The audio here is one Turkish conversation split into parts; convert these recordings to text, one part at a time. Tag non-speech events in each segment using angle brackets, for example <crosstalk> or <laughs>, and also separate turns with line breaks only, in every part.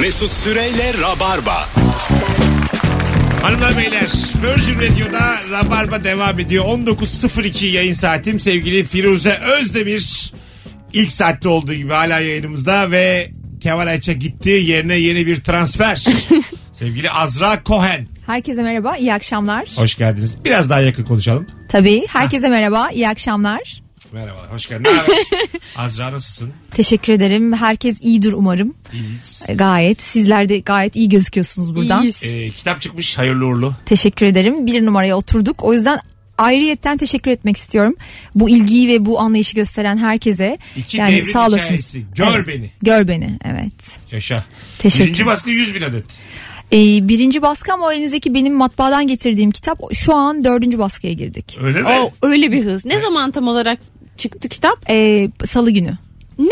Mesut Süreyle Rabarba.
Hanımlar beyler Virgin Radio'da Rabarba devam ediyor. 19.02 yayın saatim sevgili Firuze Özdemir ilk saatte olduğu gibi hala yayınımızda ve Kemal Ayça gitti yerine yeni bir
<laughs>
transfer. sevgili Azra Cohen
Herkese merhaba, iyi akşamlar.
hoş geldiniz. Biraz daha yakın konuşalım.
Tabii, herkese merhaba, iyi akşamlar.
Merhabalar hoş geldin. Ne
<laughs>
haber? Azra nasılsın?
Teşekkür ederim. Herkes iyidir umarım.
İyiyiz.
E, Gayet. Sizler de gayet iyi gözüküyorsunuz buradan.
Ee, kitap çıkmış hayırlı uğurlu.
Teşekkür ederim. Bir numaraya oturduk. O yüzden ayrıyetten teşekkür etmek istiyorum. Bu ilgiyi ve bu anlayışı gösteren herkese.
İki devrim hikayesi. Gör
Evet,
beni.
Gör beni, evet.
Yaşa.
Teşekkür.
Birinci baskı 100 bin adet.
E, birinci baskı ama o elinizdeki benim matbaadan getirdiğim kitap şu an dördüncü baskıya girdik.
Öyle mi?
O öyle bir hız. Ne zaman tam olarak çıktı kitap?
E, salı günü.
Aa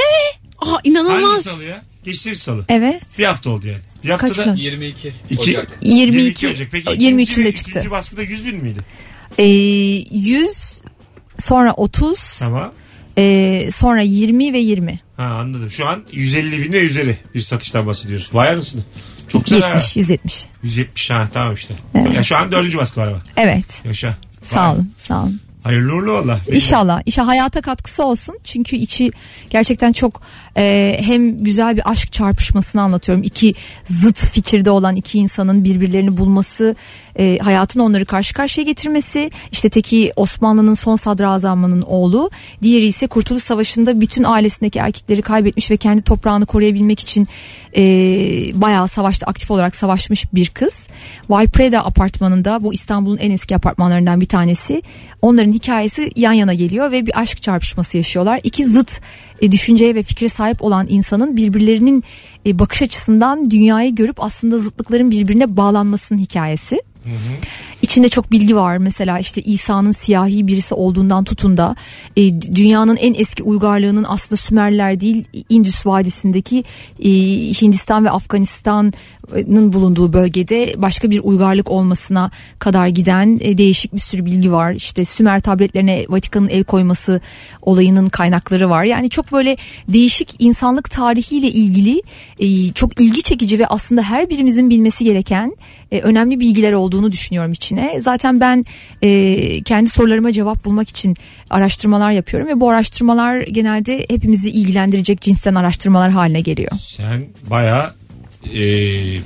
Hangi
inanılmaz.
salı ya? Geçtiğimiz salı.
Evet.
Bir hafta oldu yani. Bir haftada
Kaç gün?
22
İki-
Ocak.
22,
Ocak. Peki
23'ünde
ikinci-
çıktı.
İkinci baskıda 100 bin miydi?
Ee, 100 sonra 30
Tamam.
ee, sonra 20 ve 20
Ha anladım. Şu an 150 bin ve üzeri bir satıştan bahsediyoruz. Vay anasını. Çok güzel ha.
70 170
170 ha tamam işte. Ya şu an dördüncü baskı var ama.
evet
Yaşa. Vay.
sağ olun sağ olun
Hayırlı uğurlu valla.
İnşallah. İnşallah hayata katkısı olsun. Çünkü içi gerçekten çok e, hem güzel bir aşk çarpışmasını anlatıyorum. İki zıt fikirde olan iki insanın birbirlerini bulması, e, hayatın onları karşı karşıya getirmesi. İşte teki Osmanlı'nın son sadrazamının oğlu, diğeri ise Kurtuluş Savaşı'nda bütün ailesindeki erkekleri kaybetmiş ve kendi toprağını koruyabilmek için e, bayağı savaşta aktif olarak savaşmış bir kız. Valpreda apartmanında bu İstanbul'un en eski apartmanlarından bir tanesi. Onların hikayesi yan yana geliyor ve bir aşk çarpışması yaşıyorlar. İki zıt e, düşünceye ve fikre sahip olan insanın birbirlerinin e, bakış açısından dünyayı görüp aslında zıtlıkların birbirine bağlanmasının hikayesi. İçinde çok bilgi var mesela işte İsa'nın siyahi birisi olduğundan tutun da e, dünyanın en eski uygarlığının aslında Sümerler değil İndüs Vadisi'ndeki e, Hindistan ve Afganistan'ın bulunduğu bölgede başka bir uygarlık olmasına kadar giden e, değişik bir sürü bilgi var. İşte Sümer tabletlerine Vatikan'ın el koyması olayının kaynakları var. Yani çok böyle değişik insanlık tarihiyle ilgili e, çok ilgi çekici ve aslında her birimizin bilmesi gereken e, önemli bilgiler olduğunu düşünüyorum içine. Zaten ben e, kendi sorularıma cevap bulmak için araştırmalar yapıyorum ve bu araştırmalar genelde hepimizi ilgilendirecek cinsten araştırmalar haline geliyor.
Sen baya e,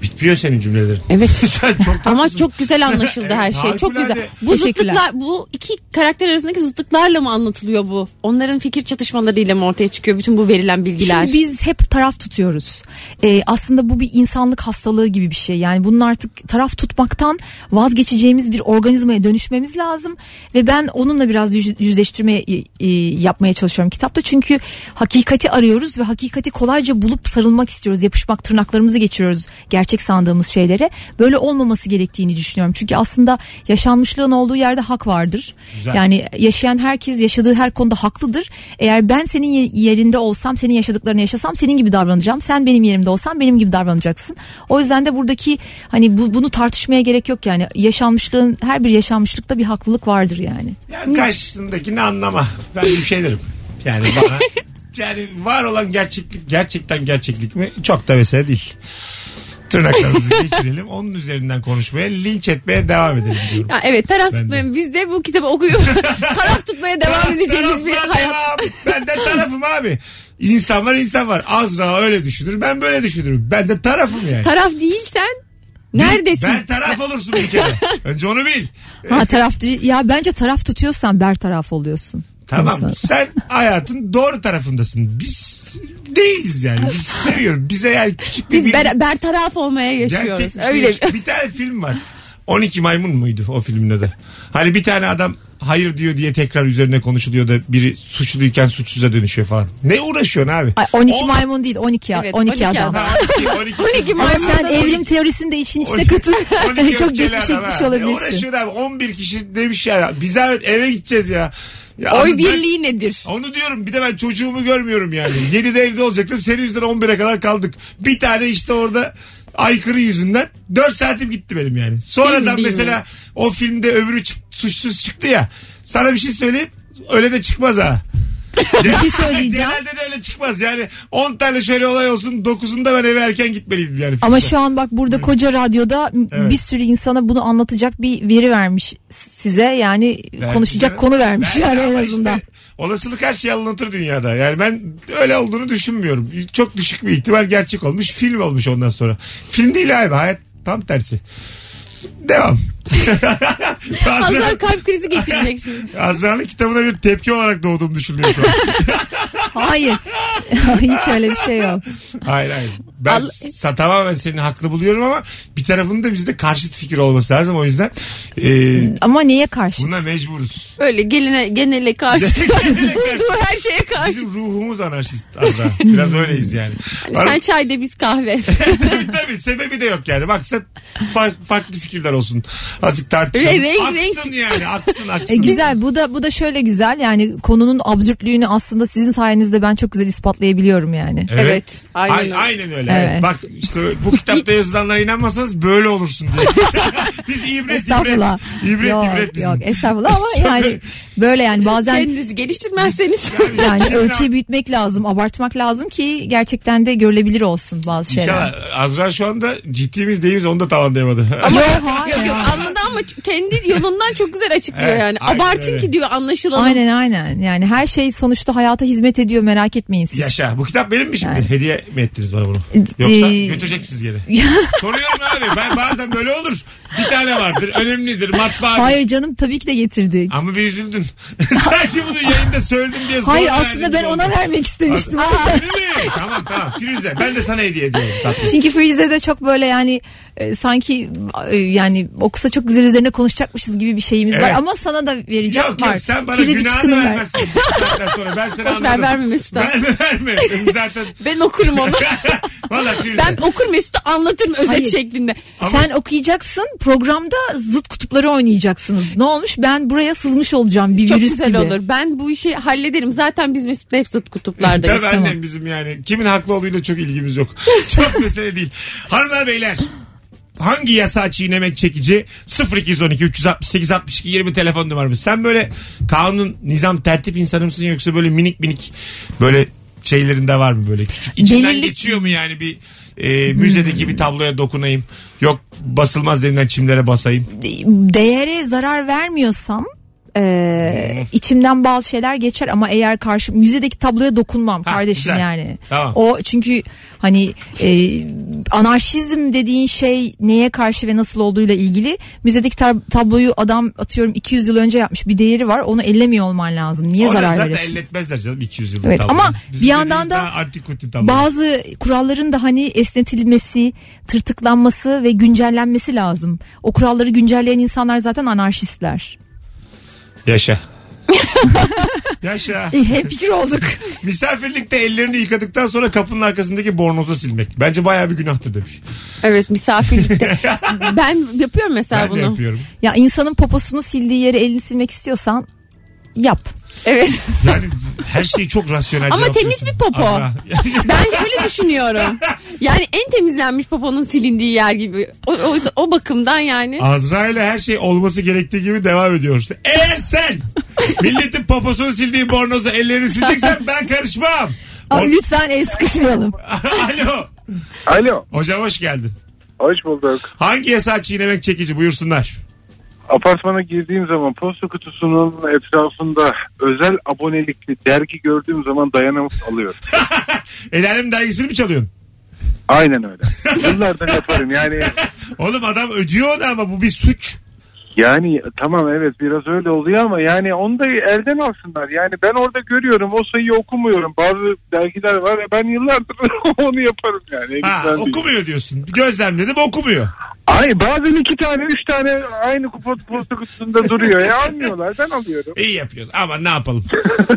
bitmiyor senin cümlelerin. <laughs>
Evet.
Sen çok tatlısın.
Ama çok güzel anlaşıldı
Evet,
her şey. Çok
harikulade.
güzel. Bu
Teşekkürler.
zıtlıklar, bu iki karakter arasındaki zıtlıklarla mı anlatılıyor bu? Onların fikir çatışmalarıyla mı ortaya çıkıyor bütün bu verilen bilgiler?
Şimdi biz hep taraf tutuyoruz. Ee, aslında bu bir insanlık hastalığı gibi bir şey. Yani bunun artık taraf tutmaktan vazgeçeceğimiz bir organizmaya dönüşmemiz lazım. Ve ben onunla biraz yüz- yüzleştirme e, e, yapmaya çalışıyorum kitapta. Çünkü hakikati arıyoruz ve hakikati kolayca bulup sarılmak istiyoruz. Yapışmak, tırnaklarımızı geçiriyoruz gerçek sandığımız şeylere. Böyle olmaması gerektiğini düşünüyorum. Çünkü aslında yaşanmışlığın olduğu yerde hak vardır.
Güzel.
Yani yani Hani yaşayan herkes yaşadığı her konuda haklıdır. Eğer ben senin ye- yerinde olsam, senin yaşadıklarını yaşasam senin gibi davranacağım. Sen benim yerimde olsan benim gibi davranacaksın. O yüzden de buradaki hani bu, bunu tartışmaya gerek yok yani. Yaşanmışlığın her bir yaşanmışlıkta bir haklılık vardır yani.
Yani karşısındakini anlama. Ben bir şey derim. Yani
<laughs>
bana yani var olan gerçeklik gerçekten gerçeklik mi? Çok da mesele değil. Tırnaklarımızı
<laughs>
geçirelim. Onun üzerinden konuşmaya, linç etmeye devam edelim diyorum.
Ya evet taraf
Ben de.
tutmaya biz de bu kitabı okuyup <laughs> taraf tutmaya devam edeceğimiz bir
Taraflar
hayat.
devam. Ben de tarafım abi. İnsan var insan var. Azra öyle düşünür ben böyle düşünürüm. Ben de tarafım yani.
Taraf değilsen neredesin?
Ben taraf olursun bir
<laughs>
kere. Önce onu bil.
Ha taraf ya bence taraf tutuyorsan ber taraf oluyorsun.
Tamam
Mesela.
sen hayatın doğru tarafındasın. Biz değiliz yani. Biz seviyoruz. Bize yani küçük bir
Biz
bilgi-
ber, bertaraf olmaya yaşıyoruz.
Gerçek bir şey
Öyle.
yok. bir tane film var. 12 maymun muydu o filmin adı? Hani bir tane adam hayır diyor diye tekrar üzerine konuşuluyor da biri suçluyken suçsuza dönüşüyor falan. Ne uğraşıyorsun abi?
Ay, 12
On-
maymun değil 12 ya
Evet,
12,
12
adam.
adam.
Ha,
<laughs>
12, 12,
Ama sen
Maymundan
evrim teorisini de işin içine katın. <laughs>
12
Çok geç
öfkeli
bir
adam
şey
ha.
gitmiş
Ne
olabilirsin.
uğraşıyorsun abi? 11 kişi demiş ya. Biz evet eve gideceğiz ya. ya abi
Oy
ben-
birliği nedir?
Onu diyorum bir de ben çocuğumu görmüyorum
<laughs>
yani. 7'de evde olacaktım senin yüzünden 11'e kadar kaldık. Bir tane işte orada aykırı yüzünden 4 saatim gitti benim yani. Sonradan
Değil mi?
mesela o filmde öbürü çık- suçsuz çıktı ya. Sana bir şey söyleyeyim öyle de çıkmaz ha.
<laughs> bir şey söyleyeceğim.
Genelde de öyle çıkmaz yani 10 tane şöyle olay olsun 9'unda ben eve erken gitmeliydim yani.
Ama şu an bak burada koca radyoda m-
Evet.
bir sürü insana bunu anlatacak bir veri vermiş size. Yani konuşacak
evet.
konu vermiş yani en
Ama <laughs>
azından.
işte olasılık her şeyi anlatır dünyada. Yani ben öyle olduğunu düşünmüyorum. Çok düşük bir ihtimal gerçek olmuş. Film olmuş ondan sonra. Film değil abi hayat tam tersi.
<laughs>
Devam. Azra,
Azra kalp krizi geçirecek şimdi.
Azra'nın kitabına bir tepki olarak doğduğumu düşünüyorum. şu an.
Hayır. <laughs> Hiç öyle bir şey yok.
hayır hayır. Ben
Allah-
sa- tamamen senin haklı buluyorum ama bir tarafında bizde karşıt fikir olması lazım. O yüzden e,
Ama neye karşı?
buna mecburuz.
Öyle geline, genele karşı.
<laughs>
<laughs>
Genele karşı.
Duyduğu her şeye karşı.
Bizim ruhumuz anarşist Azra. Biraz öyleyiz yani. Var mı?
Sen çayda biz kahve.
tabii tabii sebebi de yok yani. Baksa fa- farklı fikirler olsun. Azıcık tartışalım.
Renk, renk.
aksın yani aksın aksın.
E güzel bu da bu da şöyle güzel yani konunun absürtlüğünü aslında sizin sayenizde ben çok güzel ispatlayabiliyorum yani.
Evet.
<laughs> Evet, aynen
Ay-
öyle.
aynen öyle. Evet.
Evet.
Bak işte bu kitapta yazılanlara inanmazsanız böyle olursun diye. <laughs> Biz ibret ibret.
Estağfurullah.
İbret
yok,
ibret bizim.
Yok estağfurullah ama
<laughs> Çok-
yani böyle yani bazen
Kendinizi geliştirmezseniz.
yani ölçeği büyütmek lazım, abartmak lazım ki gerçekten de görülebilir olsun bazı şeyler.
İnşallah Azra şu anda ciddiyimiz değiliz onu da tamamlayamadı.
Yok
Yok
hayır.
yok anladı ama kendi yolundan çok güzel açıklıyor
Evet,
yani.
aynen
Abartın
öyle.
ki diyor anlaşılalım.
Aynen aynen. Yani her şey sonuçta hayata hizmet ediyor merak etmeyin siz.
Yaşa. Bu kitap benim mi şimdi? Hediye mi ettiniz bana bunu?
E,
Yoksa
e-
götürecek misiniz
<laughs>
geri? Soruyorum abi. Ben bazen böyle olur. Bir tane vardır. Önemlidir. Matbaa.
Hayır canım tabii ki de getirdik.
Ama bir üzüldün. <laughs> Sanki bunu yayında söyledim diye. zorla
Hayır
verdim
aslında
gibi
ben ona
oldu.
vermek istemiştim.
Değil mi? tamam tamam. Firuze ben de sana hediye ediyorum tatlım.
<laughs> Çünkü Frize'de çok böyle yani e, sanki e, yani okusa çok güzel üzerine konuşacakmışız gibi bir şeyimiz var
Evet.
ama sana da vereceğim
Yok
var.
yok sen bana
Kilidi
günahını
çıkını ver.
vermezsin. Bu saatten sonra ben seni
Boş ver,
anladım.
verme Mesut abi.
Verme <laughs> verme. Zaten <laughs>
Ben okurum onu.
valla Firuze.
ben okur Mesut'u anlatırım özet
Hayır.
şeklinde.
Ama-
Sen okuyacaksın programda zıt kutupları oynayacaksınız. Ne olmuş ben buraya sızmış olacağım bir
Çok
virüs
güzel
gibi.
olur. Ben bu işi hallederim. Zaten biz Mesut'la hep zıt kutuplardayız.
Tabii annem bizim yani. Kimin haklı olduğuyla çok ilgimiz
<laughs>
yok. Çok mesele değil. Hanımlar beyler hangi yasağı çiğnemek çekici 0212 368 62 20 telefon numaramız. Sen böyle kanun, nizam, tertip insanı mısın yoksa böyle minik minik böyle şeylerin de var mı böyle küçük? İçinden
Belirli-
geçiyor mu yani bir e, müzedeki bir tabloya dokunayım? Yok basılmaz denilen çimlere basayım.
De- Değere zarar vermiyorsam e,
Hmm.
içimden bazı şeyler geçer ama eğer karşı müzedeki tabloya dokunmam
Ha,
kardeşim
güzel.
yani.
Tamam.
O çünkü hani e, anarşizm dediğin şey neye karşı ve nasıl olduğuyla ilgili müzedeki tab- tabloyu adam atıyorum 200 yıl önce yapmış bir değeri var onu ellemiyor olman lazım. Niye
Orada
zarar
zaten
veresin?
elletmezler canım 200 yıllık
Evet,
tablo.
ama bir yandan
dediğimiz
da
daha antikuti tablo.
Bazı kuralların da hani esnetilmesi, tırtıklanması ve güncellenmesi lazım. O kuralları güncelleyen insanlar zaten anarşistler.
<laughs>
Yaşa. Yaşa.
İyi hep fikir olduk.
Misafirlikte ellerini yıkadıktan sonra kapının arkasındaki bornozu silmek. Bence bayağı bir günahtır demiş. <laughs>
Evet misafirlikte. ben yapıyorum mesela
ben
bunu.
de yapıyorum.
ya insanın poposunu sildiği yere elini silmek istiyorsan yap.
Evet.
Yani her şeyi çok rasyonel
Ama
cevaplıyorsun.
temiz bir popo.
Azra. <laughs>
Ben şöyle düşünüyorum. Yani en temizlenmiş poponun silindiği yer gibi. O, o, o bakımdan yani.
Azra ile her şey olması gerektiği gibi devam ediyoruz. Eğer sen milletin poposunu sildiği bornozu ellerini
<laughs>
sileceksen ben karışmam.
Abi
O-
lütfen el sıkışmayalım.
<laughs> Alo.
Alo.
Hocam hoş geldin.
Hoş bulduk.
Hangi yasağı çiğnemek çekici buyursunlar. <laughs>
Apartmana girdiğim zaman posta kutusunun etrafında özel abonelikli dergi gördüğüm zaman dayanamaz alıyorum.
El alem dergisini mi çalıyorsun?
Aynen öyle. Yıllardan yaparım yani.
Oğlum adam ödüyor onu ama bu bir suç.
Yani tamam evet biraz öyle oluyor ama yani onu da elden alsınlar. Yani ben orada görüyorum o sayıyı okumuyorum. Bazı dergiler var ya ben yıllardır <laughs> onu yaparım yani.
Ha,
Elimden değil.
okumuyor diyorsun. Gözlemledim okumuyor.
Ay bazen iki tane üç tane aynı kupa posta kutusunda duruyor. E almıyorlar ben alıyorum.
İyi yapıyorsun ama ne yapalım.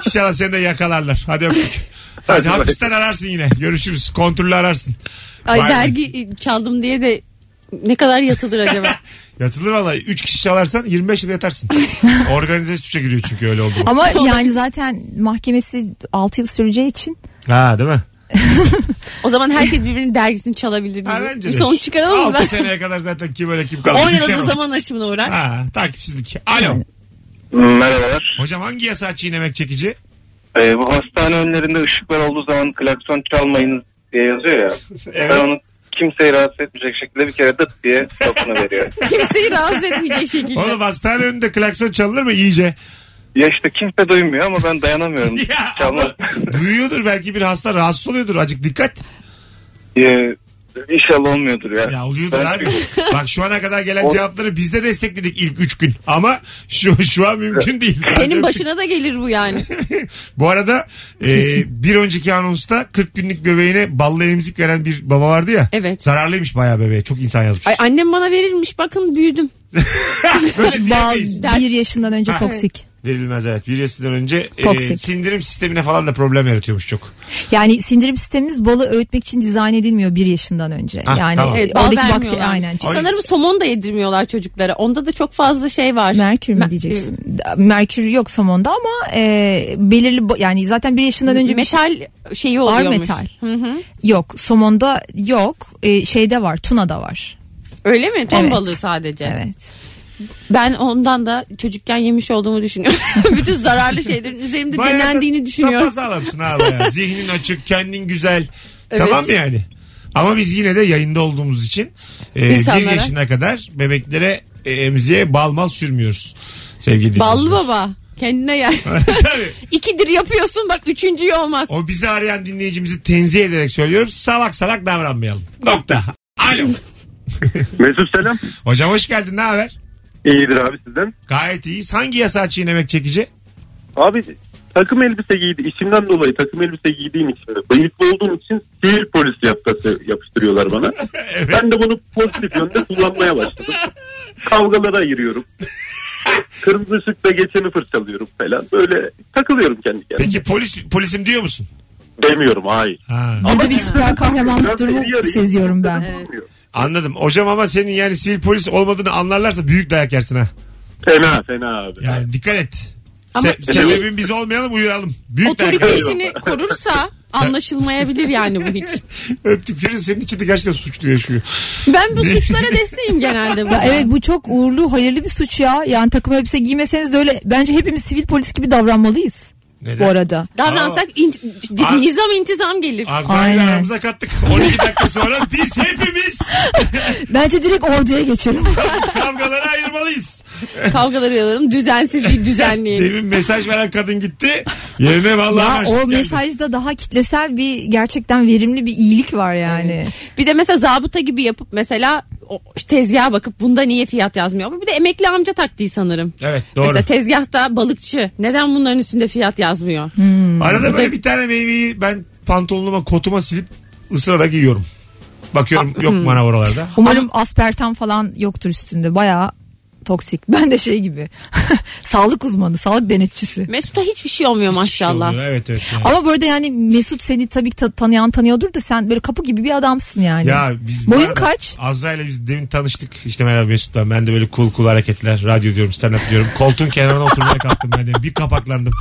İnşallah seni de yakalarlar. Hadi öptük. Hadi
Hadi bay.
hapisten ararsın yine. Görüşürüz. Kontrollü ararsın.
Ay
Vay be.
dergi çaldım diye de ne kadar yatılır acaba?
Yatılır vallahi. 3 kişi çalarsan 25 yıl
<laughs>
yatarsın. Organize suça giriyor çünkü öyle oldu. mu?
Ama yani zaten mahkemesi 6 yıl süreceği için
Ha değil mi?
O zaman herkes birbirinin dergisini çalabilir.
Ha,
gibi.
bence
Bir sonuç çıkaralım mı?
6
<laughs>
seneye kadar zaten kim öyle kim kalır.
10
Bir şey
yılda
var.
zaman aşımına uğrar.
Ha takipsizlik. Alo.
Merhabalar.
Hocam hangi yasağı çiğnemek çekici?
Ee, bu hastane önlerinde ışıklar olduğu zaman klakson çalmayın diye yazıyor ya.
<laughs> Evet.
Ben onu kimseyi rahatsız etmeyecek şekilde bir kere dıt diye kapını
<laughs>
veriyor.
Kimseyi rahatsız etmeyecek şekilde.
Oğlum hastane önünde klakson çalınır mı iyice?
ya işte kimse duymuyor ama ben
<laughs>
dayanamıyorum.
Ya
Çalma.
ama duyuyordur belki bir hasta rahatsız oluyordur. Acık dikkat.
Ee, İnşallah olmuyordur ya.
Ya oluyordur
Ben-
abi. Bak şu ana kadar gelen
O-
cevapları biz de destekledik ilk 3 gün. Ama şu şu an mümkün değil.
Senin başına da gelir bu yani.
Bu arada e, bir önceki anonsta 40 günlük bebeğine ballı emzik veren bir baba vardı ya.
Evet.
Zararlıymış bayağı bebeğe. Çok insan yazmış.
Ay annem bana verilmiş bakın büyüdüm.
Böyle
Bal
diyemeyiz.
bir yaşından önce
Ha.
toksik.
Verilmez evet. Bir yaşından önce e,
Toksik.
sindirim sistemine falan da problem yaratıyormuş çok.
Yani sindirim sistemimiz balı öğütmek için dizayn edilmiyor bir yaşından önce.
Ha,
yani
tamam.
Evet, bal
oradaki
vermiyorlar.
bakteri aynen.
Ay.
Sanırım somon da yedirmiyorlar çocuklara. Onda da çok fazla şey var.
Merkür mü
Me- e,
diyeceksin? Merkür yok somonda ama e, belirli bo- yani zaten bir yaşından önce bir şey
metal şeyi
Ağır
oluyormuş.
metal.
Hı hı.
yok. Somonda yok. E, şeyde var. Tuna'da var.
Öyle mi? Ton
Evet.
balığı sadece.
Evet.
Ben ondan da çocukken yemiş olduğumu düşünüyorum. <laughs> Bütün zararlı şeylerin üzerimde
Bayağı da
denendiğini düşünüyorum.
sapasağlamsın abi
<laughs>
ya. Zihnin açık, kendin güzel.
Evet.
Tamam mı yani? Ama biz yine de yayında olduğumuz için e, bir
İnsanlara.
yaşına kadar bebeklere e, emziğe bal mal sürmüyoruz. Sevgili
Ballı
dinleyiciler.
baba. Kendine gel.
<laughs> Tabii.
İkidir yapıyorsun bak üçüncüyü olmaz.
O bizi arayan dinleyicimizi tenzih ederek söylüyorum. Salak salak davranmayalım. Nokta. Alo.
Mesut selam.
Hocam hoş geldin. Ne haber?
İyidir abi sizden.
Gayet iyiyiz. Hangi yasağı çiğnemek çekici?
Abi takım elbise giydi. İşimden dolayı takım elbise giydiğim için. de, Bıyıklı olduğum için sivil polis yapkası yapıştırıyorlar bana.
Evet.
Ben de bunu pozitif yönde kullanmaya başladım. Kavgalara ayırıyorum. Kırmızı ışıkta geçeni fırçalıyorum falan. Böyle takılıyorum kendi kendime.
Peki polis polisim diyor musun?
Demiyorum hayır.
Ha.
Burada bir süper kahramanlık
Biraz seri
durumu
yarayı-
seziyorum ben.
Anladım. Hocam ama senin yani sivil polis olmadığını anlarlarsa büyük dayak yersin ha.
Fena fena abi.
Yani dikkat et.
Ama
şey-
Se- sebebin biz olmayalım uyuralım. Büyük dayak yersin.
Otoritesini korursa anlaşılmayabilir yani bu hiç.
Öptük Firuze senin için de gerçekten suçlu yaşıyor. <laughs>
Ben bu suçlara desteğim genelde. bu.
Ya evet bu çok uğurlu, hayırlı bir suç ya. Yani takım elbise giymeseniz de öyle. Bence hepimiz sivil polis gibi davranmalıyız
Neden?
bu arada.
Davransak in-
Aa.
nizam intizam gelir.
Azrail'i
Aynen.
aramıza kattık. 12 dakika sonra biz hepimiz
Bence direkt
<laughs>
orduya geçelim.
kavgalara ayırmalıyız.
Kavgaları
<laughs>
yayalım, düzensizliği düzenleyelim.
Demin mesaj veren kadın gitti. Yerine vallahi
Ee, ya
harçlık
o
geldi.
mesajda daha kitlesel bir gerçekten verimli bir iyilik var yani.
Bir de mesela zabıta gibi yapıp mesela o işte tezgaha bakıp bunda niye fiyat yazmıyor? Bu bir de emekli amca taktiği sanırım.
Evet doğru.
Mesela tezgahta balıkçı neden bunların üstünde fiyat yazmıyor?
Hmm.
Arada böyle bir tane meyveyi ben pantolonuma kotuma silip ısırarak yiyorum. Bakıyorum yok bana oralarda.
Umarım aspartam falan yoktur üstünde. Bayağı toksik. <laughs> Ben de şey gibi. sağlık uzmanı, sağlık denetçisi.
Mesut'a hiçbir şey olmuyor
Hiçbir şey
maşallah.
olmuyor. Evet evet. yani.
Ama böyle de yani Mesut seni tabii ki ta- tanıyan tanıyordur da sen böyle kapı gibi bir adamsın yani.
Ya biz
Boyun
bu arada
kaç?
Azra ile biz demin tanıştık. İşte merhaba Mesut ben. Ben de böyle cool cool hareketler. Radyo diyorum stand up diyorum. Koltuğun kenarına oturmaya kalktım ben de. Bir kapaklandım.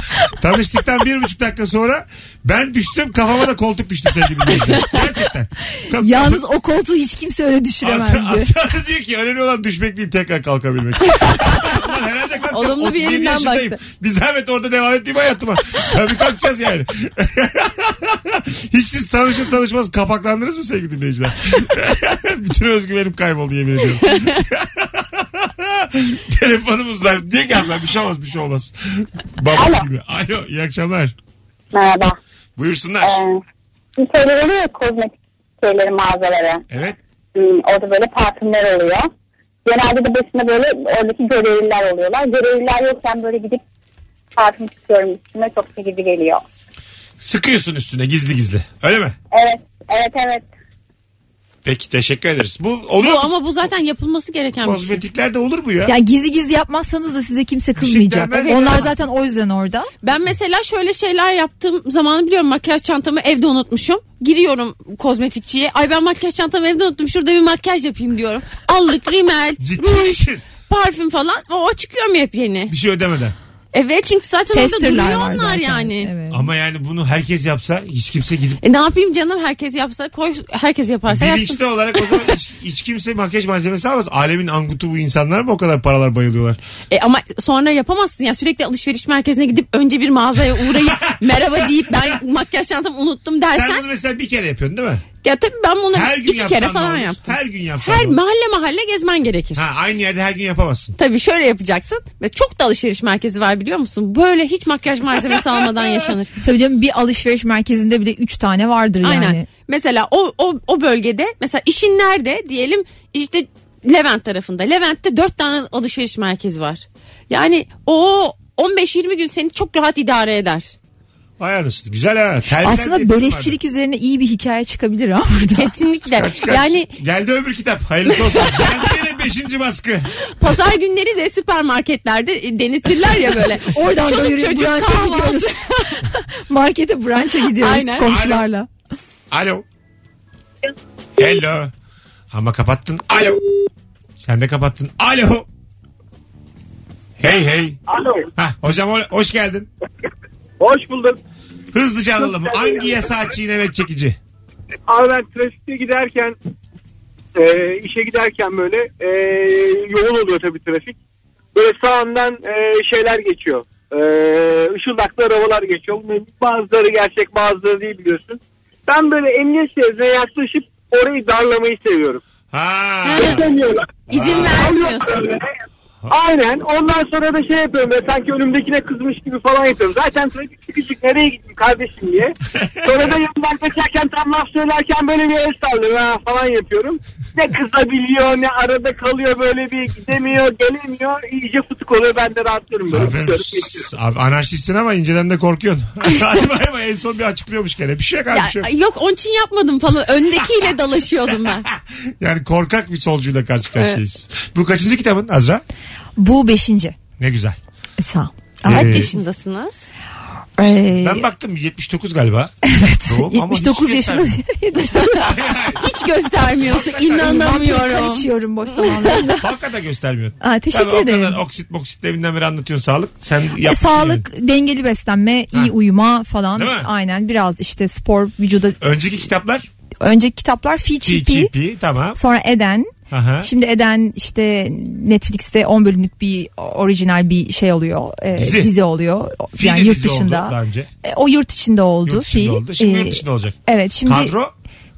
Tanıştıktan bir buçuk dakika sonra ben düştüm kafama da koltuk düştü sevgili dinleyiciler. Gerçekten. Ka-
Yalnız o koltuğu hiç kimse öyle düşüremezdi.
Azra, <laughs> Azra da diyor ki önemli olan düşmek değil tekrar kalkabilmek.
<laughs>
Ulan Herhalde kalkacağım.
Olumlu bir
37
yerinden
yaşındayım.
baktı.
Bir zahmet orada devam ettiğim hayatıma. Tabii kalkacağız yani. <laughs> Hiç siz tanışır tanışmaz kapaklandınız mı sevgili dinleyiciler? <laughs> Bütün özgüvenim kayboldu yemin ediyorum. <laughs> Telefonumuz var. Diyor ki Azra bir şey olmaz bir şey olmaz. Baba
Alo.
gibi. Alo iyi akşamlar.
Merhaba.
Buyursunlar.
Ee, bir şeyler oluyor ya, kozmetik şeyleri mağazaları.
Evet.
Hmm, Orada böyle parfümler oluyor. Genelde de başına böyle oradaki görevliler oluyorlar. Görevliler yokken böyle gidip parfüm tutuyorum üstüme çok çekici geliyor.
Sıkıyorsun üstüne gizli gizli. Öyle mi?
Evet, evet, evet.
Peki teşekkür ederiz. Bu oluyor
Bu
mu?
ama bu zaten yapılması gereken bir şey.
Kozmetiklerde olur bu ya.
Yani gizli gizli yapmazsanız da size kimse kızmayacak.
şey demez ya.
Onlar zaten o yüzden orada.
Ben mesela şöyle şeyler yaptığım zamanı biliyorum makyaj çantamı evde unutmuşum. Giriyorum kozmetikçiye. Ay ben makyaj çantamı evde unuttum şurada bir makyaj yapayım diyorum. Allık, rimel,
<laughs> Ciddi
ruj,
misin?
parfüm falan. O çıkıyorum hep yeni.
Bir şey ödemeden.
Evet çünkü zaten orada
Testerler
duruyor
var
onlar
zaten.
yani.
Evet.
Ama yani bunu herkes yapsa hiç kimse gidip
E ne yapayım canım herkes yapsa koy herkes yaparsa yapsın.
bilinçli olarak o zaman hiç, hiç kimse makyaj malzemesi almaz. Alemin angutu bu insanlar mı o kadar paralar bayılıyorlar?
E ama sonra yapamazsın ya sürekli alışveriş merkezine gidip önce bir mağazaya
<laughs>
uğrayıp merhaba deyip ben makyaj çantamı unuttum
Sen,
dersen.
bunu mesela bir kere yapıyorsun değil mi?
Ya tabii ben bunu
Her gün
iki
yapsan
kere
ne
falan
olur?
yaptım.
Her gün yapsan
Her
ne olur?
mahalle mahalle gezmen gerekir.
Ha, aynı yerde her gün yapamazsın.
Tabii şöyle yapacaksın. Ve çok da alışveriş merkezi var biliyor musun? Böyle hiç
<laughs>
makyaj malzemesi almadan yaşanır.
Tabii canım bir alışveriş merkezinde bile 3 tane vardır yani.
Aynen. Mesela o, o, o bölgede mesela işin nerede diyelim işte Levent tarafında. Levent'te dört tane alışveriş merkezi var. Yani o 15-20 gün seni çok rahat idare eder.
Vay anasını. Güzel ha. Terbiyeler diye
Aslında
bir şey
beleşçilik üzerine iyi bir hikaye çıkabilir ha burada.
Kesinlikle.
vardı. Çıkar.
yani
Geldi öbür kitap. Hayırlısı
<laughs>
olsun. Geldi yine beşinci baskı.
pazar günleri de süpermarketlerde e, denetirler
<laughs>
ya böyle.
Oradan
Çoluk
da yürüyüp
çocuk
brunch'a
kahvaltı.
gidiyoruz. <laughs> Markete brunch'a gidiyoruz
Aynen.
komşularla.
Alo. Hello. Ama kapattın. Alo. Sen de kapattın. Alo. Hey hey.
Alo.
Ha hocam ho- hoş geldin.
Hoş bulduk.
Hızlıca alalım.
geldin.
Hangi yasağı çiğnemek çekici?
Abi ben trafikte giderken e, işe giderken böyle e, yoğun oluyor tabii trafik. Böyle sağından e, şeyler geçiyor. E, ışıldaklı arabalar geçiyor. Bunların Bazıları gerçek bazıları değil biliyorsun. Ben böyle emniyet şeridine yaklaşıp orayı darlamayı seviyorum.
<laughs>
Ha.
Dönüyorlar.
İzin vermiyorsun.
<laughs> Aynen. Ondan sonra da şey yapıyorum böyle sanki önümdekine kızmış gibi falan yapıyorum. Zaten trafik sıkışık nereye gittim kardeşim diye. Sonra da yanından kaçarken tam laf söylerken böyle bir el sallıyorum ha falan yapıyorum. Ne kızabiliyor ne arada kalıyor böyle bir gidemiyor gelemiyor. İyice fıtık oluyor ben de rahatlıyorum böyle.
Aferin.
Fıtıyorum, geçiyorum.
Abi anarşistsin ama inceden de korkuyorsun. <laughs> Hadi bay bay. en son bir açıklıyormuş gene. Bir şey yok abi bir şey
Ya,
yok.
yok onun için yapmadım falan. Öndekiyle dalaşıyordum ben.
Yani korkak bir solcuyla karşı karşıyayız. Bu kaçıncı kitabın Azra?
Bu beşinci.
Ne güzel.
E, Sağ ol.
Ee,
Kaç yaşındasınız?
Ee,
Ben baktım 79 galiba.
evet.
Doğum ama hiç
79 yaşında.
göstermiyor.
79
Hiç göstermiyorsun.
Ben
inanamıyorum.
içiyorum boş zamanlarında.
<laughs> Halka da göstermiyorsun.
Aa, teşekkür
Tabii
ederim.
O kadar oksit moksit deminden beri anlatıyorsun sağlık. Sen yaptın
Sağlık, dengeli beslenme, iyi uyuma falan.
Değil mi?
Aynen biraz işte spor, vücuda.
yani. Önceki kitaplar
Önceki kitaplar Fi Chi Pi,
TGP tamam.
sonra Eden.
Aha.
Şimdi Eden işte Netflix'te 10 bölümlük bir orijinal bir şey oluyor. e,
Dizi.
dizi. oluyor.
Fi
yani
de
yurt
dizi oldu
dışında.
daha önce.
E, o yurt içinde oldu.
Yurt dışında
Fi.
oldu. Şimdi
E,
yurt dışında olacak.
Evet şimdi
Kadro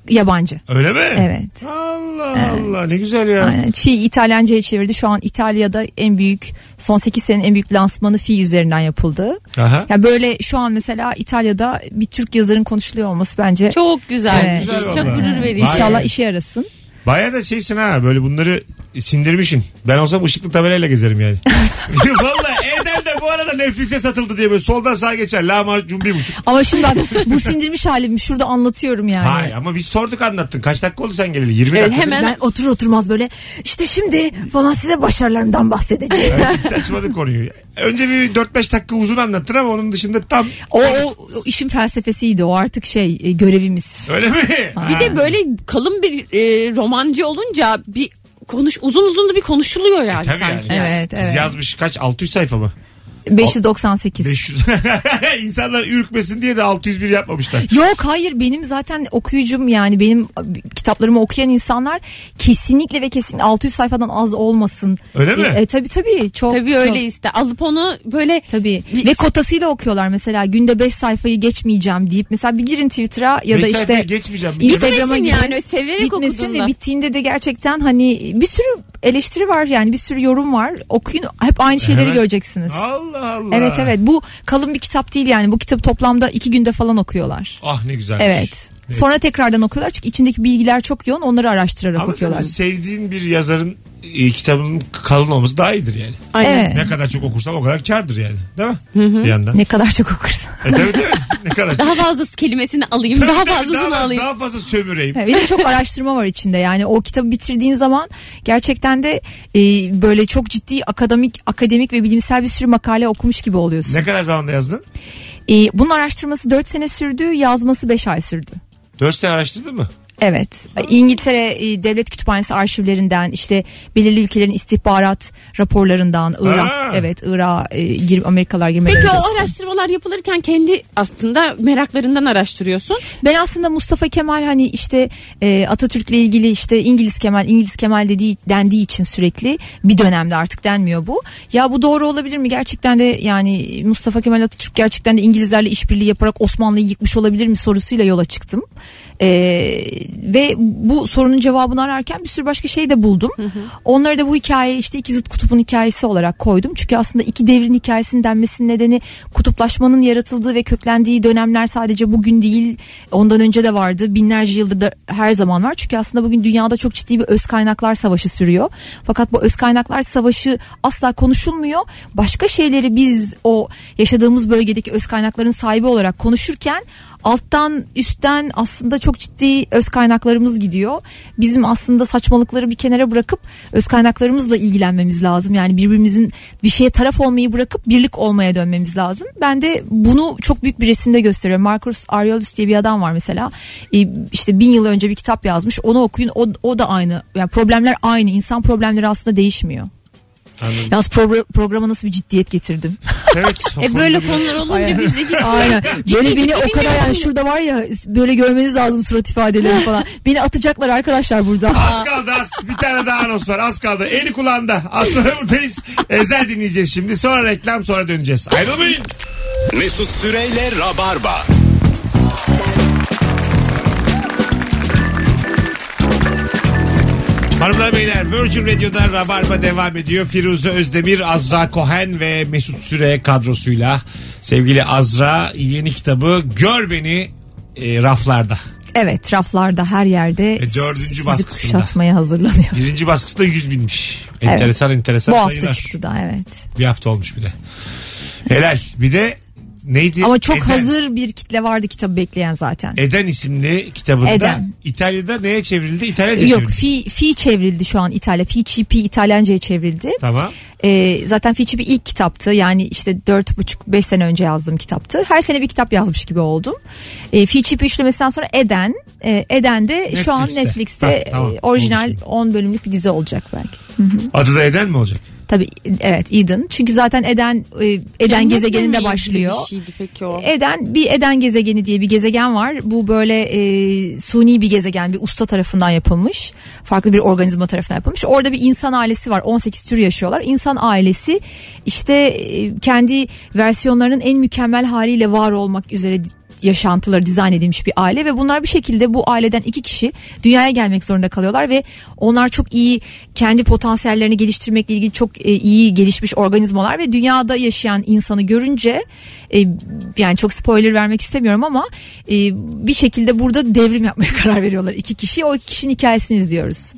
yabancı.
öyle mi?
Evet.
Allah Allah ne güzel ya.
Aynen. Fi İtalyanca'ya çevirdi. Şu an İtalya'da en büyük son 8 senenin en büyük lansmanı Fi üzerinden yapıldı.
Aha.
Ya böyle şu an mesela İtalya'da bir Türk yazarın konuşuluyor olması bence
Çok güzel. şey.
Evet.
Güzel
Çok
vallahi.
gurur verici.
Vay.
inşallah işe yarasın.
Baya da şeysin ha böyle bunları sindirmişin. Ben olsam ışıklı tabelayla gezerim
<laughs>
yani. <laughs> Valla Eden de bu arada Netflix'e satıldı diye böyle soldan sağa geçer. La macun bir buçuk.
Ama şimdi bak, bu sindirmiş halimi şurada anlatıyorum yani.
Hayır ama biz sorduk anlattın. Kaç dakika oldu sen geleli? 20
Evet,
dakika.
hemen
Ben otur oturmaz böyle işte şimdi falan size başarılarımdan bahsedeceğim.
Hiç açmadın konuyu. Önce bir 4-5 dakika uzun anlattın ama onun dışında tam
o, o, o işin felsefesiydi o artık şey e, görevimiz.
öyle mi?
Bir de böyle kalın bir e, romancı olunca bir konuş uzun uzun da bir konuşuluyor yani
E, Tabii yani.
sanki.
Evet,
Biz
evet.
yazmış kaç 600 sayfa mı?
598.
500. <laughs> İnsanlar ürkmesin diye de 601 yapmamışlar.
Yok hayır benim zaten okuyucum yani benim kitaplarımı okuyan insanlar kesinlikle ve kesin 600 sayfadan az olmasın.
Öyle mi?
E, e, tabii tabii çok.
Tabii
çok.
öyle iste. Alıp onu böyle
Tabii.
Bir-
Ve kotasıyla okuyorlar mesela günde 5 sayfayı geçmeyeceğim deyip mesela bir girin Twitter'a ya
Beş
da
sayfayı
işte
geçmeyeceğim. Bir
Instagram'a
bitmesin
girin.
yani severek
bitmesin
okuduğunda.
ve bittiğinde de gerçekten hani bir sürü eleştiri var yani bir sürü yorum var. Okuyun hep aynı şeyleri
Evet.
göreceksiniz.
Allah Allah.
Evet evet bu kalın bir kitap değil yani bu kitabı toplamda iki günde falan okuyorlar.
Ah ne güzel.
Evet. Sonra tekrardan okuyorlar çünkü içindeki bilgiler çok yoğun onları araştırarak
Ama senin
okuyorlar.
sevdiğin bir yazarın e, kitabının kalın olması daha iyidir yani.
Aynen.
Evet.
Ne kadar çok okursan o kadar kardır yani. Değil mi? Bir yandan.
Ne kadar
<laughs>
çok okursun.
E, tabii değil mi? Ne
<laughs>
kadar çok.
Daha fazlası kelimesini alayım.
Tabii,
daha
tabii,
fazlasını
daha-
alayım.
Daha fazla sömüreyim.
Ve de çok araştırma var içinde yani o kitabı bitirdiğin zaman gerçekten de e, böyle çok ciddi akademik akademik ve bilimsel bir sürü makale okumuş gibi oluyorsun.
Ne kadar zamanda yazdın?
Ee, E, bunun araştırması 4 sene sürdü yazması 5 ay sürdü.
4 sene araştırdın mı?
Evet. İngiltere e, Devlet Kütüphanesi arşivlerinden işte belirli ülkelerin istihbarat raporlarından Irak
Ha.
evet Irak e, gir Amerikalar girmeden
Peki
önce-
o araştırmalar yapılırken kendi aslında meraklarından araştırıyorsun.
Ben aslında Mustafa Kemal hani işte e, Atatürk'le ilgili işte İngiliz Kemal İngiliz Kemal dediği dendiği için sürekli bir dönemde artık denmiyor bu. Ya bu doğru olabilir mi? Gerçekten de yani Mustafa Kemal Atatürk gerçekten de İngilizlerle işbirliği yaparak Osmanlı'yı yıkmış olabilir mi sorusuyla yola çıktım. E, ve bu sorunun cevabını ararken bir sürü başka şey de buldum. Onları da bu hikaye işte iki zıt kutubun hikayesi olarak koydum. Çünkü aslında iki devrin hikayesinin denmesinin nedeni kutuplaşmanın yaratıldığı ve köklendiği dönemler sadece bugün değil ondan önce de vardı. Binlerce yıldır da her zaman var. Çünkü aslında bugün dünyada çok ciddi bir öz kaynaklar savaşı sürüyor. Fakat bu öz kaynaklar savaşı asla konuşulmuyor. Başka şeyleri biz o yaşadığımız bölgedeki öz kaynakların sahibi olarak konuşurken alttan üstten aslında çok ciddi öz kaynaklarımız gidiyor. Bizim aslında saçmalıkları bir kenara bırakıp öz kaynaklarımızla ilgilenmemiz lazım. Yani birbirimizin bir şeye taraf olmayı bırakıp birlik olmaya dönmemiz lazım. Ben de bunu çok büyük bir resimde gösteriyorum. Marcus Aurelius diye bir adam var mesela. Ee, işte bin yıl önce bir kitap yazmış. Onu okuyun o, o da aynı. Yani problemler aynı. İnsan problemleri aslında değişmiyor.
Anladım.
Yalnız pro- programa nasıl bir ciddiyet getirdim.
<laughs> <laughs> Evet. o
E
konuda
böyle
biraz-
konular olunca
Aynen.
<laughs>
biz de gittik.
<laughs> Aynen. Böyle
ciddi
beni o kadar
bilmiyorum.
yani şurada var ya böyle görmeniz lazım surat ifadeleri <laughs> falan. beni atacaklar arkadaşlar burada.
Az kaldı az. Bir tane daha anons var. Az kaldı. Eli kulağında. Az sonra <laughs> buradayız. Ezel dinleyeceğiz şimdi. Sonra reklam sonra döneceğiz. Ayrılmayın.
Mesut Süreyle Rabarba.
Hanımlar beyler Virgin Radio'da Rabarba devam ediyor. Firuze Özdemir, Azra Kohen ve Mesut Süre kadrosuyla. Sevgili Azra yeni kitabı Gör Beni e, raflarda.
Evet raflarda her yerde
E, dördüncü
sizi
baskısında. <laughs>
kuşatmaya hazırlanıyor.
Birinci baskısı da 100 binmiş. Enteresan enteresan
Bu
sayılar.
hafta çıktı da evet.
Bir hafta olmuş bir de. Helal. Bir de neydi?
Ama çok
Eden-
hazır bir kitle vardı kitabı bekleyen zaten.
Eden isimli kitabında
Eden.
İtalya'da neye çevrildi? İtalyanca
Yok
çevrildi.
fi, fi çevrildi şu an İtalya. Fi Çipi İtalyanca'ya çevrildi.
Tamam.
Ee, zaten Fi Çipi ilk kitaptı. Yani işte 4,5-5 sene önce yazdığım kitaptı. Her sene bir kitap yazmış gibi oldum. Ee, Fi Çipi üçlemesinden sonra Eden. Ee, Eden de şu an
Netflix'te.
Netflix'te
Ha, tamam.
e, orijinal
Olmuş.
10 bölümlük bir dizi olacak belki.
Adı da Eden mi olacak?
Tabii evet Eden. Çünkü zaten Eden e, Eden
Cennetle mi
gezegeninde
ilgili
başlıyor.
Bir şeydi peki o.
Eden bir Eden gezegeni diye bir gezegen var. Bu böyle e, suni bir gezegen bir usta tarafından yapılmış. Farklı bir organizma tarafından yapılmış. Orada bir insan ailesi var. 18 tür yaşıyorlar. İnsan ailesi işte e, kendi versiyonlarının en mükemmel haliyle var olmak üzere yaşantıları dizayn edilmiş bir aile ve bunlar bir şekilde bu aileden iki kişi dünyaya gelmek zorunda kalıyorlar ve onlar çok iyi kendi potansiyellerini geliştirmekle ilgili çok e, iyi gelişmiş organizmalar ve dünyada yaşayan insanı görünce e, yani çok spoiler vermek istemiyorum ama e, bir şekilde burada devrim yapmaya <laughs> karar veriyorlar iki kişi o iki kişinin hikayesini izliyoruz.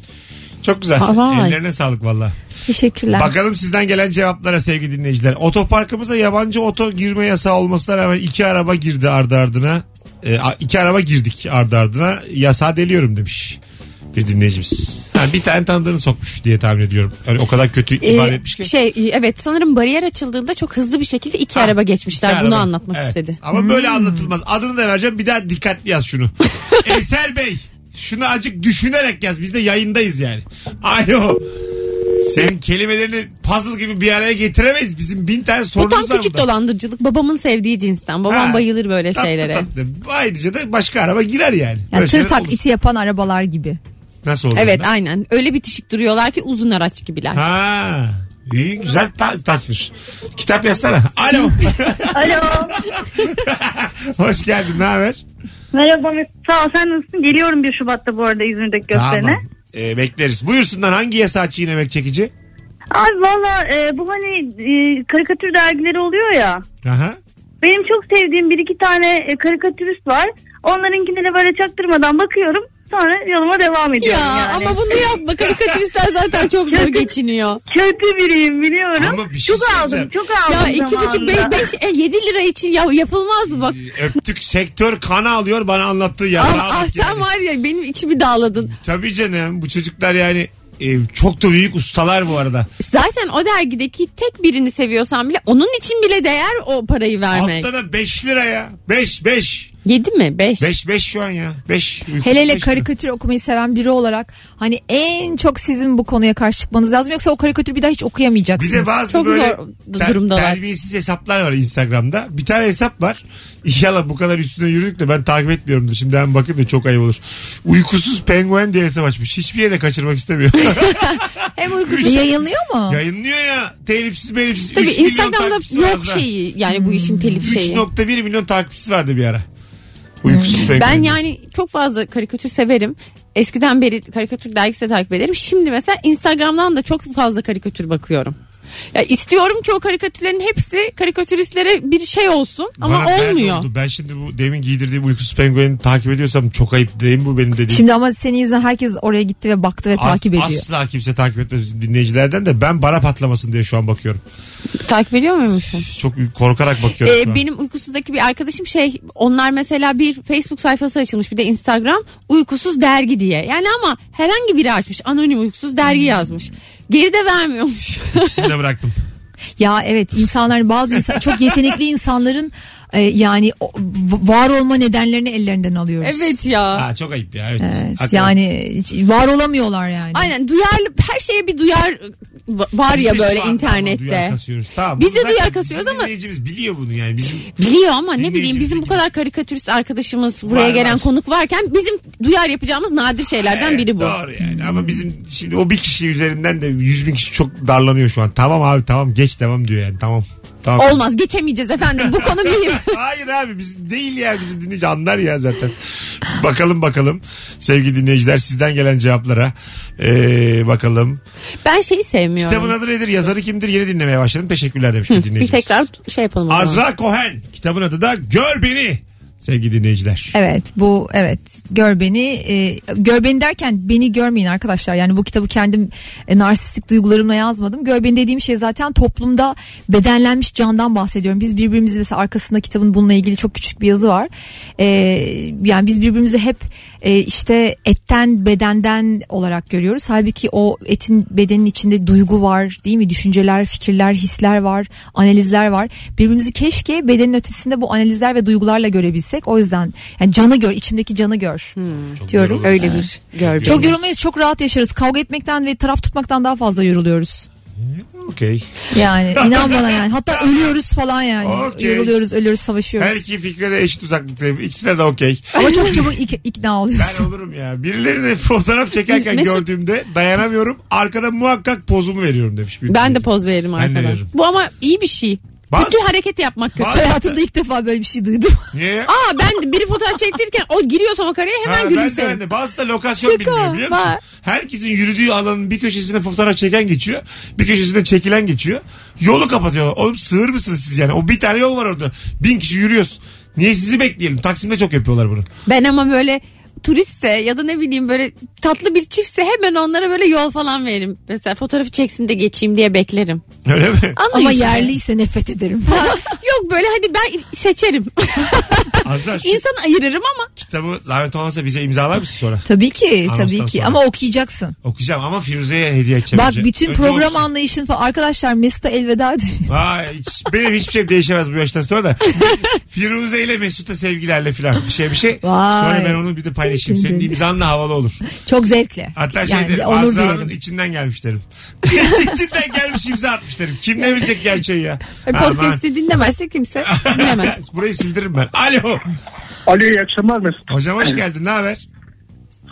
Çok güzel.
Aa, vay.
Ellerine sağlık valla.
Teşekkürler.
Bakalım sizden gelen cevaplara sevgili dinleyiciler. Otoparkımıza yabancı oto girme yasağı olmasına rağmen iki araba girdi ardı ardına. E, a- iki araba girdik ardı ardına. Yasağı deliyorum demiş bir dinleyicimiz. Ha, bir tane tanıdığını sokmuş diye tahmin ediyorum. Yani o kadar kötü
E,
Ee,
ifade etmiş ki.
şey evet sanırım bariyer açıldığında çok hızlı bir şekilde iki
Ha,
araba
iki
geçmişler.
araba.
Bunu anlatmak Hmm.
Evet.
istedi.
Ama böyle anlatılmaz. Adını da vereceğim. Bir daha dikkatli yaz
<laughs>
şunu. Eser Bey. Şunu acık düşünerek yaz. Biz de yayındayız yani. Alo. Senin kelimelerini puzzle gibi bir araya getiremeyiz. Bizim bin tane
Bu
sorunumuz
tam
var.
küçük
burada.
dolandırıcılık. Babamın sevdiği cinsten. Babam
Ha.
bayılır böyle
Tatlı
şeylere.
tatlı. Ayrıca da başka araba girer yani.
Yani
Böyle
tır
şeyler
tak
olur.
iti yapan arabalar gibi.
Nasıl olur?
Evet
bunlar?
aynen. Öyle bitişik duruyorlar ki uzun araç gibiler.
Ha. İyi güzel ta- tasvir. Kitap yazsana.
<laughs>
Alo. <laughs>
Alo.
Hoş geldin. Ne haber?
Merhaba Mesut. Sağ ol. Sen nasılsın? Geliyorum 1 Şubat'ta bu arada İzmir'deki gösterine.
Tamam. Ee, bekleriz. Buyursunlar hangi yasağı çiğnemek çekici?
Abi valla e, bu hani e, karikatür dergileri oluyor ya.
Aha.
Benim çok sevdiğim bir iki tane e, karikatürist var. Onlarınkine de böyle çaktırmadan bakıyorum. Sonra yoluma devam
Ya
ediyorum yani.
ama bunu yapma. Karikatüristler zaten çok zor geçiniyor.
<laughs> Kötü biriyim biliyorum.
Ama bir şey
çok
söyleyeceğim.
aldım, çok aldım
Ya iki buçuk, beş,
zamanında.
beş, e, yedi lira için ya yapılmaz mı bak?
Ee, Öptük sektör kana alıyor bana anlattığı ya.
Ah, ah sen var ya benim içimi dağladın.
Tabii canım bu çocuklar yani e, çok da büyük ustalar bu arada.
Zaten o dergideki tek birini seviyorsan bile onun için bile değer o parayı vermek.
Haftada 5 lira ya. 5 5.
Yedi mi? Beş.
5 5 şu an ya. 5.
Hele hele karikatür okumayı seven biri olarak hani en çok sizin bu konuya karşı çıkmanız lazım. Yoksa o karikatürü bir daha hiç
Bir
okuyamayacaksınız.
de bazı
Çok
böyle
zor durumdalar.
terbiyesiz hesaplar var Instagram'da. Bir tane hesap var. <laughs> İnşallah bu kadar üstüne yürüdük de ben takip etmiyorum da şimdi hemen bakayım da çok ayıp olur. Uykusuz penguen diye hesap açmış. Hiçbir yere kaçırmak istemiyor. <laughs>
Hem
E,
uykusuz.
Yayınlıyor mu?
Yayınlıyor ya. Telifsiz belifsiz.
Tabii
Üç milyon takipçisi
Instagram'da
var
yok şey,
zaten.
şeyi yani bu işin telif şeyi.
3.1 milyon takipçisi vardı bir ara. Uykusuz penguen.
Hmm. Ben
diye.
yani çok fazla karikatür severim. Eskiden beri karikatür dergisi de takip ederim. Şimdi mesela Instagram'dan da çok fazla karikatür bakıyorum. Ya istiyorum ki o karikatürlerin hepsi karikatüristlere bir şey olsun ama
Bana dert
olmuyor.
oldu. Ben şimdi bu demin giydirdiğim uykusuz pengueni takip ediyorsam çok ayıp değil mi bu benim dediğim?
Şimdi ama senin yüzünden herkes oraya gitti ve baktı ve
As-
takip ediyor.
Asla kimse takip etmez bizim dinleyicilerden de ben bara patlamasın diye şu an bakıyorum.
Takip ediyor muymuşsun?
Çok korkarak bakıyorum
Ee,
şu an.
benim uykusuzdaki bir arkadaşım şey onlar mesela bir Facebook sayfası açılmış bir de Instagram uykusuz dergi diye. Yani ama herhangi biri açmış anonim uykusuz
Hmm.
dergi yazmış. Geri de vermiyormuş. <laughs>
İkisini de bıraktım.
Ya evet insanlar bazı insan, çok yetenekli insanların e, yani o- var olma nedenlerini ellerinden alıyoruz.
evet ya.
Aa, çok ayıp ya. Evet.
Evet,
Hakikaten.
yani hiç var olamıyorlar yani.
Aynen duyarlı her şeye bir duyar var
Biz
ya
de
böyle
şu an tamam, duyar
internette.
kasıyoruz. Tamam.
Biz
Bunu
de
zaten
duyar kasıyoruz
bizim
ama-
dinleyicimiz biliyor bunu yani. Bizim
Biliyor ama ne
Dinleyicimiz
bileyim bizim bu
biliyor.
kadar karikatürist arkadaşımız buraya
Var,
gelen
var.
konuk varken bizim duyar yapacağımız nadir şeylerden
Evet,
biri bu.
Doğru yani ama bizim şimdi o bir kişi üzerinden de yüz bin kişi çok darlanıyor şu an. Tamam abi tamam geç devam diyor yani tamam. tamam.
Olmaz geçemeyeceğiz efendim bu konu mühim.
<laughs> Hayır abi biz değil ya bizim dinleyici anlar ya zaten. bakalım bakalım sevgili dinleyiciler sizden gelen cevaplara ee, bakalım.
Ben şeyi sevmiyorum.
Kitabın adı nedir yazarı kimdir yeni dinlemeye başladım teşekkürler demiş bir
bir
dinleyicimiz.
tekrar şey yapalım. o zaman.
Azra Cohen kitabın adı da Gör Beni sevgili dinleyiciler.
Evet bu evet gör beni e, gör beni derken beni görmeyin arkadaşlar yani bu kitabı kendim e, narsistik duygularımla yazmadım. Gör beni dediğim şey zaten toplumda bedenlenmiş candan bahsediyorum. Biz birbirimizi mesela arkasında kitabın bununla ilgili çok küçük bir yazı var. E, yani biz birbirimizi hep e, işte etten bedenden olarak görüyoruz. Halbuki o etin bedenin içinde duygu var değil mi? Düşünceler, fikirler, hisler var, analizler var. Birbirimizi keşke bedenin ötesinde bu analizler ve duygularla görebilsek. O yüzden yani canı gör, içimdeki canı gör
Çok
diyorum.
yorulmuş.
Öyle bir gör.
Çok yorulmayız, çok rahat yaşarız. Kavga etmekten ve taraf tutmaktan daha fazla yoruluyoruz.
Okey.
Yani inan bana yani. Hatta ölüyoruz falan yani.
Okey.
Yoruluyoruz, ölüyoruz, savaşıyoruz.
Her iki fikre de eşit uzaklıktayım. İkisine de okey.
Ama çok çabuk ik- ikna oluyoruz.
Ben olurum ya. Birilerini fotoğraf çekerken
Mesut-
gördüğümde dayanamıyorum. Arkada muhakkak pozumu veriyorum demiş. Bir
Ben de poz veririm
Ben de
arkadan.
veririm.
Bu ama iyi bir şey.
Bas.
Kötü hareket yapmak kötü.
Bas.
Hayatımda ilk defa böyle bir
<laughs>
şey duydum.
Niye?
Aa ben de biri fotoğraf çektirirken o giriyorsa makaraya hemen
Ha, ben de,
gülümserim.
ben de. Bazı da lokasyon
Şaka,
bilmiyor biliyor musun?
var.
Herkesin yürüdüğü alanın bir köşesine fotoğraf çeken geçiyor. Bir köşesine çekilen geçiyor. Yolu kapatıyorlar. Oğlum sığır mısınız siz yani? O bir tane yol var orada. Bin kişi yürüyoruz. Niye sizi bekleyelim? Taksim'de çok yapıyorlar bunu. <laughs>
Ben ama böyle turistse ya da ne bileyim böyle tatlı bir çiftse hemen onlara böyle yol falan veririm. Mesela fotoğrafı çeksin de geçeyim diye beklerim.
Öyle mi?
Anlıyor
Ama
işte.
yerliyse nefret ederim.
<laughs> Yok böyle hadi ben seçerim. <laughs>
Azra şu
İnsan ayırırım ama.
kitabı zahmet olmasa bize imzalar mısın sonra?
Tabii ki,
Anonstan
tabii ki.
sonra.
Ama okuyacaksın.
Okuyacağım ama Firuze'ye hediye edeceğim.
Bak
önce.
bütün
Önce
program
okusun.
anlayışın falan. Arkadaşlar Mesut'a elveda <laughs> diyor.
Vay, hiç, benim hiçbir şey değişemez bu yaştan sonra
<laughs>
da. Firuze ile Mesut'a sevgilerle filan bir şey bir şey.
Vay.
Sonra ben onu bir de paylaşayım. Senin imzanla havalı olur.
Çok zevkli.
Hatta şey
yani
derim
onur
Azra'nın
diyelim.
içinden gelmiş derim. <laughs> içinden gelmiş imza atmış derim. Kim ne bilecek gerçeği ya.
E,
Aman.
Podcast'i E, dinlemezse kimse
<laughs>
dinlemez.
Burayı sildiririm ben. Alo.
Ali iyi akşamlar Mesut.
Hocam hoş geldin. Ne haber?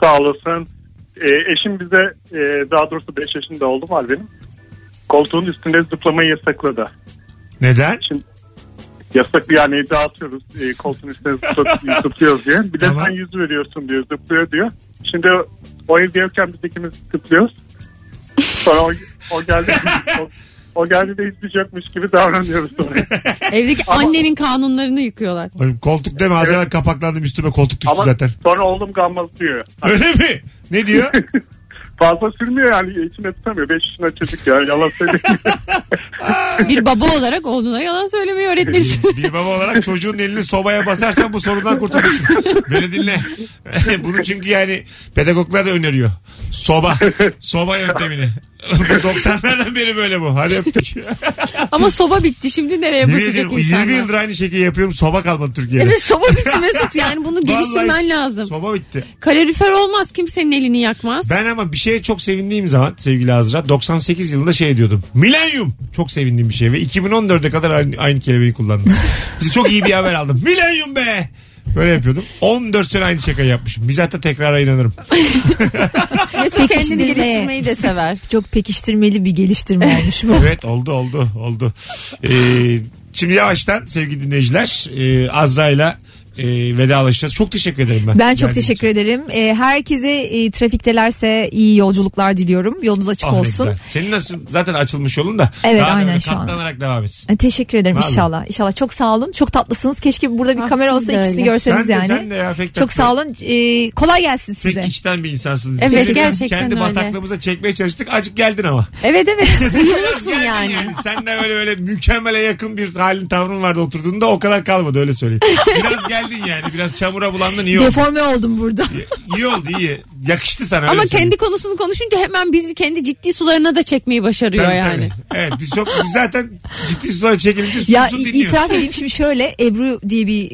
Sağ olasın. Ee, eşim bize e, daha doğrusu 5 yaşında oldum var benim. Koltuğun üstünde zıplamayı yasakladı.
Neden?
Şimdi yasak yani dağıtıyoruz e, koltuğun üstüne <laughs> zıplat- zıplıyoruz diye. Bir de
Tamam.
sen yüz veriyorsun diyor zıplıyor diyor. Şimdi o evdeyken biz ikimiz zıplıyoruz. Sonra o, o geldi. o, o geldi de hiçbir şey yokmuş gibi davranıyoruz sonra.
Evdeki annenin kanunlarını yıkıyorlar.
Oğlum Koltuk deme az
Evet.
evvel kapaklandım üstüme koltuk düştü
Ama
zaten.
sonra oğlum gammazlıyor.
Öyle mi? Ne diyor?
Fazla sürmüyor yani içine tutamıyor. 5 yaşında çocuk ya yalan söylüyor.
Bir baba olarak oğluna yalan söylemeyi
<laughs>
öğretmelisin.
bir, bir baba olarak çocuğun elini sobaya basarsan <laughs> bu sorundan kurtulursun. Beni dinle. Bunu çünkü yani pedagoglar da öneriyor. Soba. Soba yöntemini. Bu 90'lardan beri böyle bu. Hadi öptük.
Ama soba bitti. Şimdi nereye
Yemin
basacak
ediyorum
insanlar?
20 yıldır aynı şekilde yapıyorum. Soba kalmadı Türkiye'de.
Evet soba bitti Mesut yani
<laughs>
bunu
Vallahi
geliştirmen lazım.
Soba bitti.
Kalorifer olmaz kimsenin elini yakmaz.
Ben ama bir şeye çok sevindiğim zaman sevgili Azra 98 yılında şey diyordum. Milenyum çok sevindiğim bir şey ve 2014'e kadar aynı, aynı kelimeyi
<laughs>
kullandım. Bize çok iyi bir haber aldım. Milenyum be! Böyle yapıyordum. 14 sene aynı şakayı yapmışım. Biz hatta tekrara inanırım.
Mesut kendini
Pekiştirmeye.
geliştirmeyi de sever.
Çok pekiştirmeli bir geliştirme
<laughs>
olmuş bu.
Evet oldu oldu oldu. Ee, şimdi yavaştan sevgili dinleyiciler e, Azra'yla e, vedalaşacağız. Çok teşekkür ederim ben.
Ben çok
Geldiğin için.
teşekkür ederim. Ee, herkese e, trafiktelerse iyi yolculuklar diliyorum. Yolunuz açık
Ah ne
olsun.
güzel. Senin nasıl zaten açılmış yolun da.
Evet,
daha da
aynen
böyle
şu an.
Katlanarak devam etsin.
E, Teşekkür ederim
Vallahi.
inşallah. İnşallah çok sağ olun. Çok tatlısınız. Keşke burada bir
Ah,
kamera
siz
olsa
de
ikisini
öyle.
görseniz
Sen de,
yani.
sen de ya, pek
çok
tatlı.
sağ olun. Ee, kolay gelsin
Pek
size.
içten bir insansın.
Evet,
Seni
gerçekten
Kendi
öyle.
bataklığımıza çekmeye çalıştık. Acık geldin
<laughs>
ama.
Evet
<laughs>
evet uyumlusun
Geldin
yani.
Sen de öyle öyle mükemmele yakın bir halin tavrın vardı oturduğunda o kadar kalmadı öyle
<laughs>
söyleyeyim. Biraz geldin yani. Biraz çamura bulandın iyi oldu.
Deforme oldum burada.
iyi oldu iyi. Yakıştı sana öyle
Ama
söyleyeyim.
kendi konusunu konuşunca hemen bizi kendi ciddi sularına da çekmeyi başarıyor
Tabii,
yani. <laughs>
tabii. Evet biz, çok, biz zaten ciddi sulara çekilince
Ya
susun
i-
dinliyoruz.
itiraf edeyim şimdi şöyle Ebru diye bir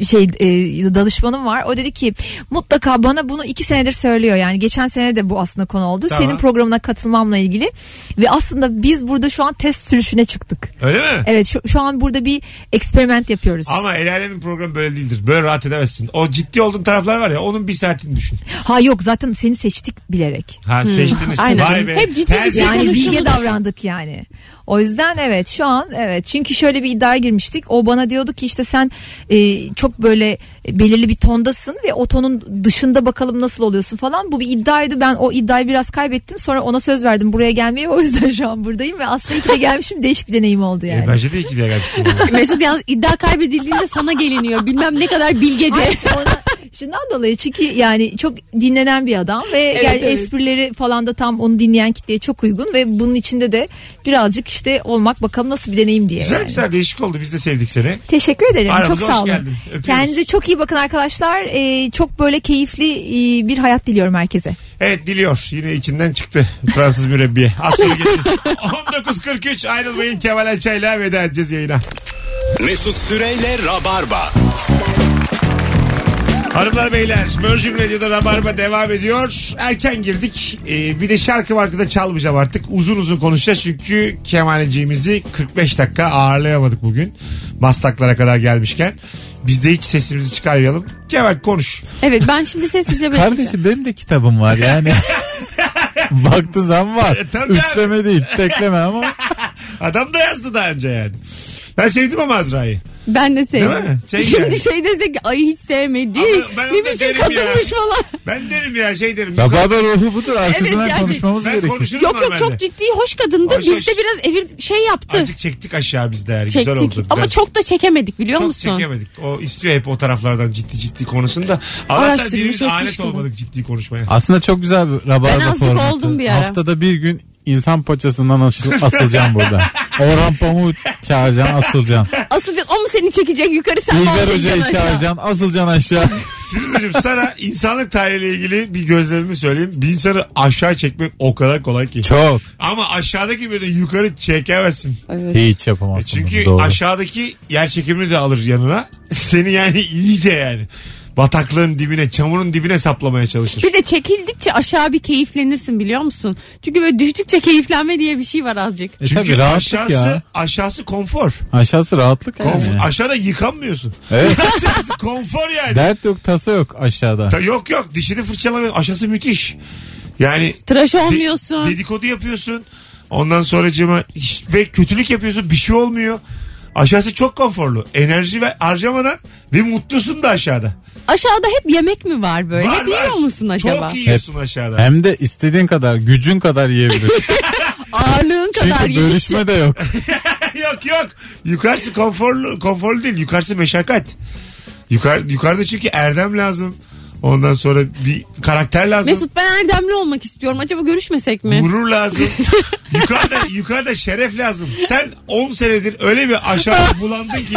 e, şey e, danışmanım var. O dedi ki mutlaka bana bunu iki senedir söylüyor. Yani geçen sene de bu aslında konu oldu.
Tamam.
Senin programına katılmamla ilgili. Ve aslında biz burada şu an test sürüşüne çıktık.
Öyle mi?
Evet şu, şu an burada bir eksperiment yapıyoruz.
Ama el alemin programı böyle değildir. Böyle rahat edemezsin. O ciddi olduğun taraflar var ya onun bir saatini düşün.
Ha yok zaten seni seçtik bilerek.
Ha seçtiniz.
Hmm. Aynen.
Vay be.
Hep ciddi
Her
ciddi
şey-
konuş-
Yani
konuşuldu
bilge
da.
davrandık yani. O yüzden evet şu an evet. Çünkü şöyle bir iddiaya girmiştik. O bana diyordu ki işte sen e, çok böyle belirli bir tondasın ve o tonun dışında bakalım nasıl oluyorsun falan. Bu bir iddiaydı. Ben o iddiayı biraz kaybettim. Sonra ona söz verdim buraya gelmeye. <laughs> O yüzden şu an buradayım ve aslında iki de gelmişim. Değişik bir deneyim oldu
E,
yani.
bence de iki diye gelmişsin.
Mesut yalnız iddia kaybedildiğinde sana geliniyor. Bilmem ne kadar bilgece.
Ay, ona- Şundan dolayı çünkü yani çok dinlenen bir adam ve yani
evet.
esprileri falan da tam onu dinleyen kitleye çok uygun ve bunun içinde de birazcık işte olmak bakalım nasıl bir deneyim diye.
Güzel
yani.
güzel değişik oldu. Biz de sevdik seni.
Teşekkür ederim.
Aramıza
çok
hoş
sağ olun.
geldin. Öpüyoruz.
Kendinize çok iyi bakın arkadaşlar. Ee, çok böyle keyifli e, bir hayat diliyorum herkese.
Evet diliyor. Yine içinden çıktı Fransız mürebbiye. Az sonra geliriz. 19.43 ayrılmayın Kemal Ayça'yla veda edeceğiz yayına.
Mesut Süreyle Rabarba.
Hanımlar beyler Virgin Radio'da Rabarba devam ediyor. Erken girdik. Ee, bir de şarkı markı da çalmayacağım artık. Uzun uzun konuşacağız çünkü Kemal'ciğimizi 45 dakika ağırlayamadık bugün. Mastaklara kadar gelmişken. Biz de hiç sesimizi çıkarmayalım. Kemal konuş.
evet ben şimdi sessizce bekleyeceğim.
Kardeşim benim de kitabım var yani. Baktığın zaman var.
E, tabii abi.
Üçleme değil. Tekleme ama.
<laughs> Adam da yazdı daha önce yani. Ben sevdim ama Azra'yı.
Ben de
Değil mi?
sevdim.
Şey
şimdi
yani.
şey desek ay hiç sevmedik.
Ama ben onu
Ne
da
biçim
derim ya.
kadınmış falan.
Ben derim ya şey derim.
Rabarba ruhu budur. Arkasından
gerçekten.
konuşmamız
ben
gerekir.
konuşurum
Yok
normalde.
yok çok ciddi hoş kadındı.
Hoş, hoş.
Bizde biraz evir şey yaptı.
Azıcık çektik aşağı biz de. yani. Güzel
çektik.
oldu.
Ama
Biraz-
çok da çekemedik biliyor
çok
musun?
çekemedik. O istiyor hep o taraflardan ciddi ciddi konusunda. Allah'tan
Araştırmış,
birimiz
etmiş
alet
kadın.
olmadık ciddi konuşmaya.
Aslında çok güzel bir rabarba
Ben azıcık
formatı.
oldum bir ara.
Haftada bir gün insan paçasından asıl, asılacağım burada. Orhan Pamuk çağıracaksın asılacaksın.
Asılcık o mu seni çekecek yukarı sen mi
İlber
onu
Hoca'yı
çekeceksin aşağı?
çağıracaksın asılacaksın aşağı.
Firuzcuğum sana insanlık tarihiyle ilgili bir gözlemimi söyleyeyim. Bir insanı aşağı çekmek o kadar kolay ki.
Çok.
Ama aşağıdaki birini yukarı çekemezsin.
Hiç yapamazsın.
E Çünkü
bunu, doğru.
aşağıdaki yer çekimini de alır yanına. <laughs> Seni yani iyice yani. Bataklığın dibine, çamurun dibine saplamaya çalışır.
Bir de çekildikçe aşağı bir keyiflenirsin biliyor musun? Çünkü böyle düştükçe keyiflenme diye bir şey var azıcık.
E
Çünkü
tabii rahatlık
aşağısı,
ya.
aşağısı konfor.
Aşağısı rahatlık
Konf-
yani.
Aşağıda yıkanmıyorsun. <laughs>
Evet.
aşağısı konfor yani.
Dert yok tasa yok aşağıda.
Ta- yok yok dişini fırçalamıyorsun. Aşağısı müthiş. Yani
Tıraş
de-
olmuyorsun.
dedikodu yapıyorsun. Ondan sonracığıma hiç- ve kötülük yapıyorsun. Bir şey olmuyor. Aşağısı çok konforlu. Enerji ve harcamadan ve mutlusun da aşağıda.
Aşağıda hep yemek mi var böyle?
Var,
hep yiyor
var.
musun acaba?
Çok yiyorsun aşağıda.
Hem de istediğin kadar gücün kadar yiyebilirsin.
Ağırlığın
Şey,
kadar
Çünkü
yemiş.
bölüşme de yok.
yok yok. Yukarısı konforlu, konforlu değil. Yukarısı meşakkat. Yukarı, yukarıda çünkü erdem lazım. Ondan sonra bir karakter lazım.
Mesut ben erdemli olmak istiyorum. Acaba görüşmesek mi?
Gurur
<laughs>
lazım. yukarıda yukarıda şeref lazım. Sen 10 senedir öyle bir
<laughs>
aşağı bulandın ki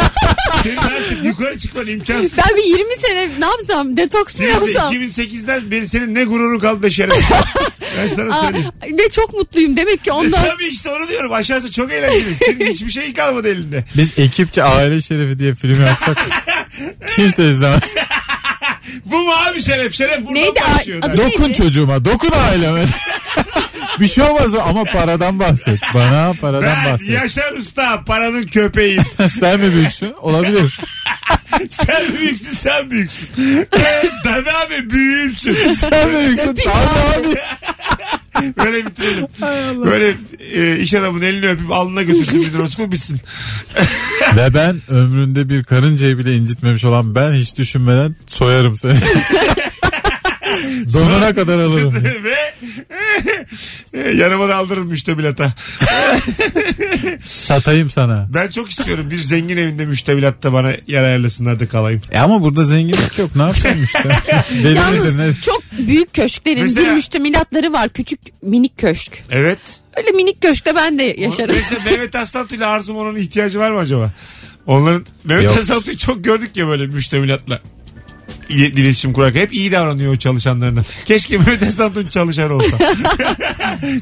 senin artık yukarı çıkman imkansız.
Ben bir 20 sene ne yapsam? Detoks mu
Firuze,
yapsam?
2008'den beri senin ne gururun kaldı da
<laughs>
şeref. ben sana
Aa,
söyleyeyim. E,
ne çok mutluyum demek ki ondan.
Tabii işte onu diyorum. Aşağısı çok eğlenceli. Senin hiçbir şey kalmadı elinde.
<laughs> Biz ekipçe aile şerefi diye film yapsak kimse izlemez.
Bu mu abi şeref? Şeref buradan
Neydi?
başlıyor.
Adı-
Dokun
Neydi?
çocuğuma, dokun aileme. <laughs> bir şey olmaz ama paradan bahset. Bana paradan
Ben
bahset.
Yaşar Usta paranın köpeği.
<laughs> Sen mi büyüksün? Olabilir.
sen büyüksün sen büyüksün. Tabii abi büyüğümsün.
Sen mi büyüksün? Tamam abi.
Böyle bitirelim. Böyle e, iş adamının elini öpüp alnına götürsün bir droskop bitsin.
Ve ben ömründe bir karıncayı bile incitmemiş olan ben hiç düşünmeden soyarım seni. <laughs> Donuna kadar alırım.
<laughs> Ve e, yanıma da aldırırım müştebilata.
Satayım sana.
Ben çok istiyorum bir zengin evinde müştebilatta bana yer ayarlasınlar da kalayım.
E ama burada zenginlik yok. Ne yapayım <laughs> işte? Deli midir ne?
Yalnız çok büyük köşklerin
Mesela-
bir müştemilatları var. Küçük minik köşk.
Evet.
Öyle minik köşkte ben de yaşarım.
Mesela Mehmet Aslantu ile Arzu Monon'un ihtiyacı var mı acaba? Onların Mehmet
Yok.
Aslantu'yu çok gördük ya böyle müştemilatla İle- iletişim kurarken hep iyi davranıyor o çalışanlarına. Keşke Mehmet Aslantu'nun çalışanı olsa. <laughs>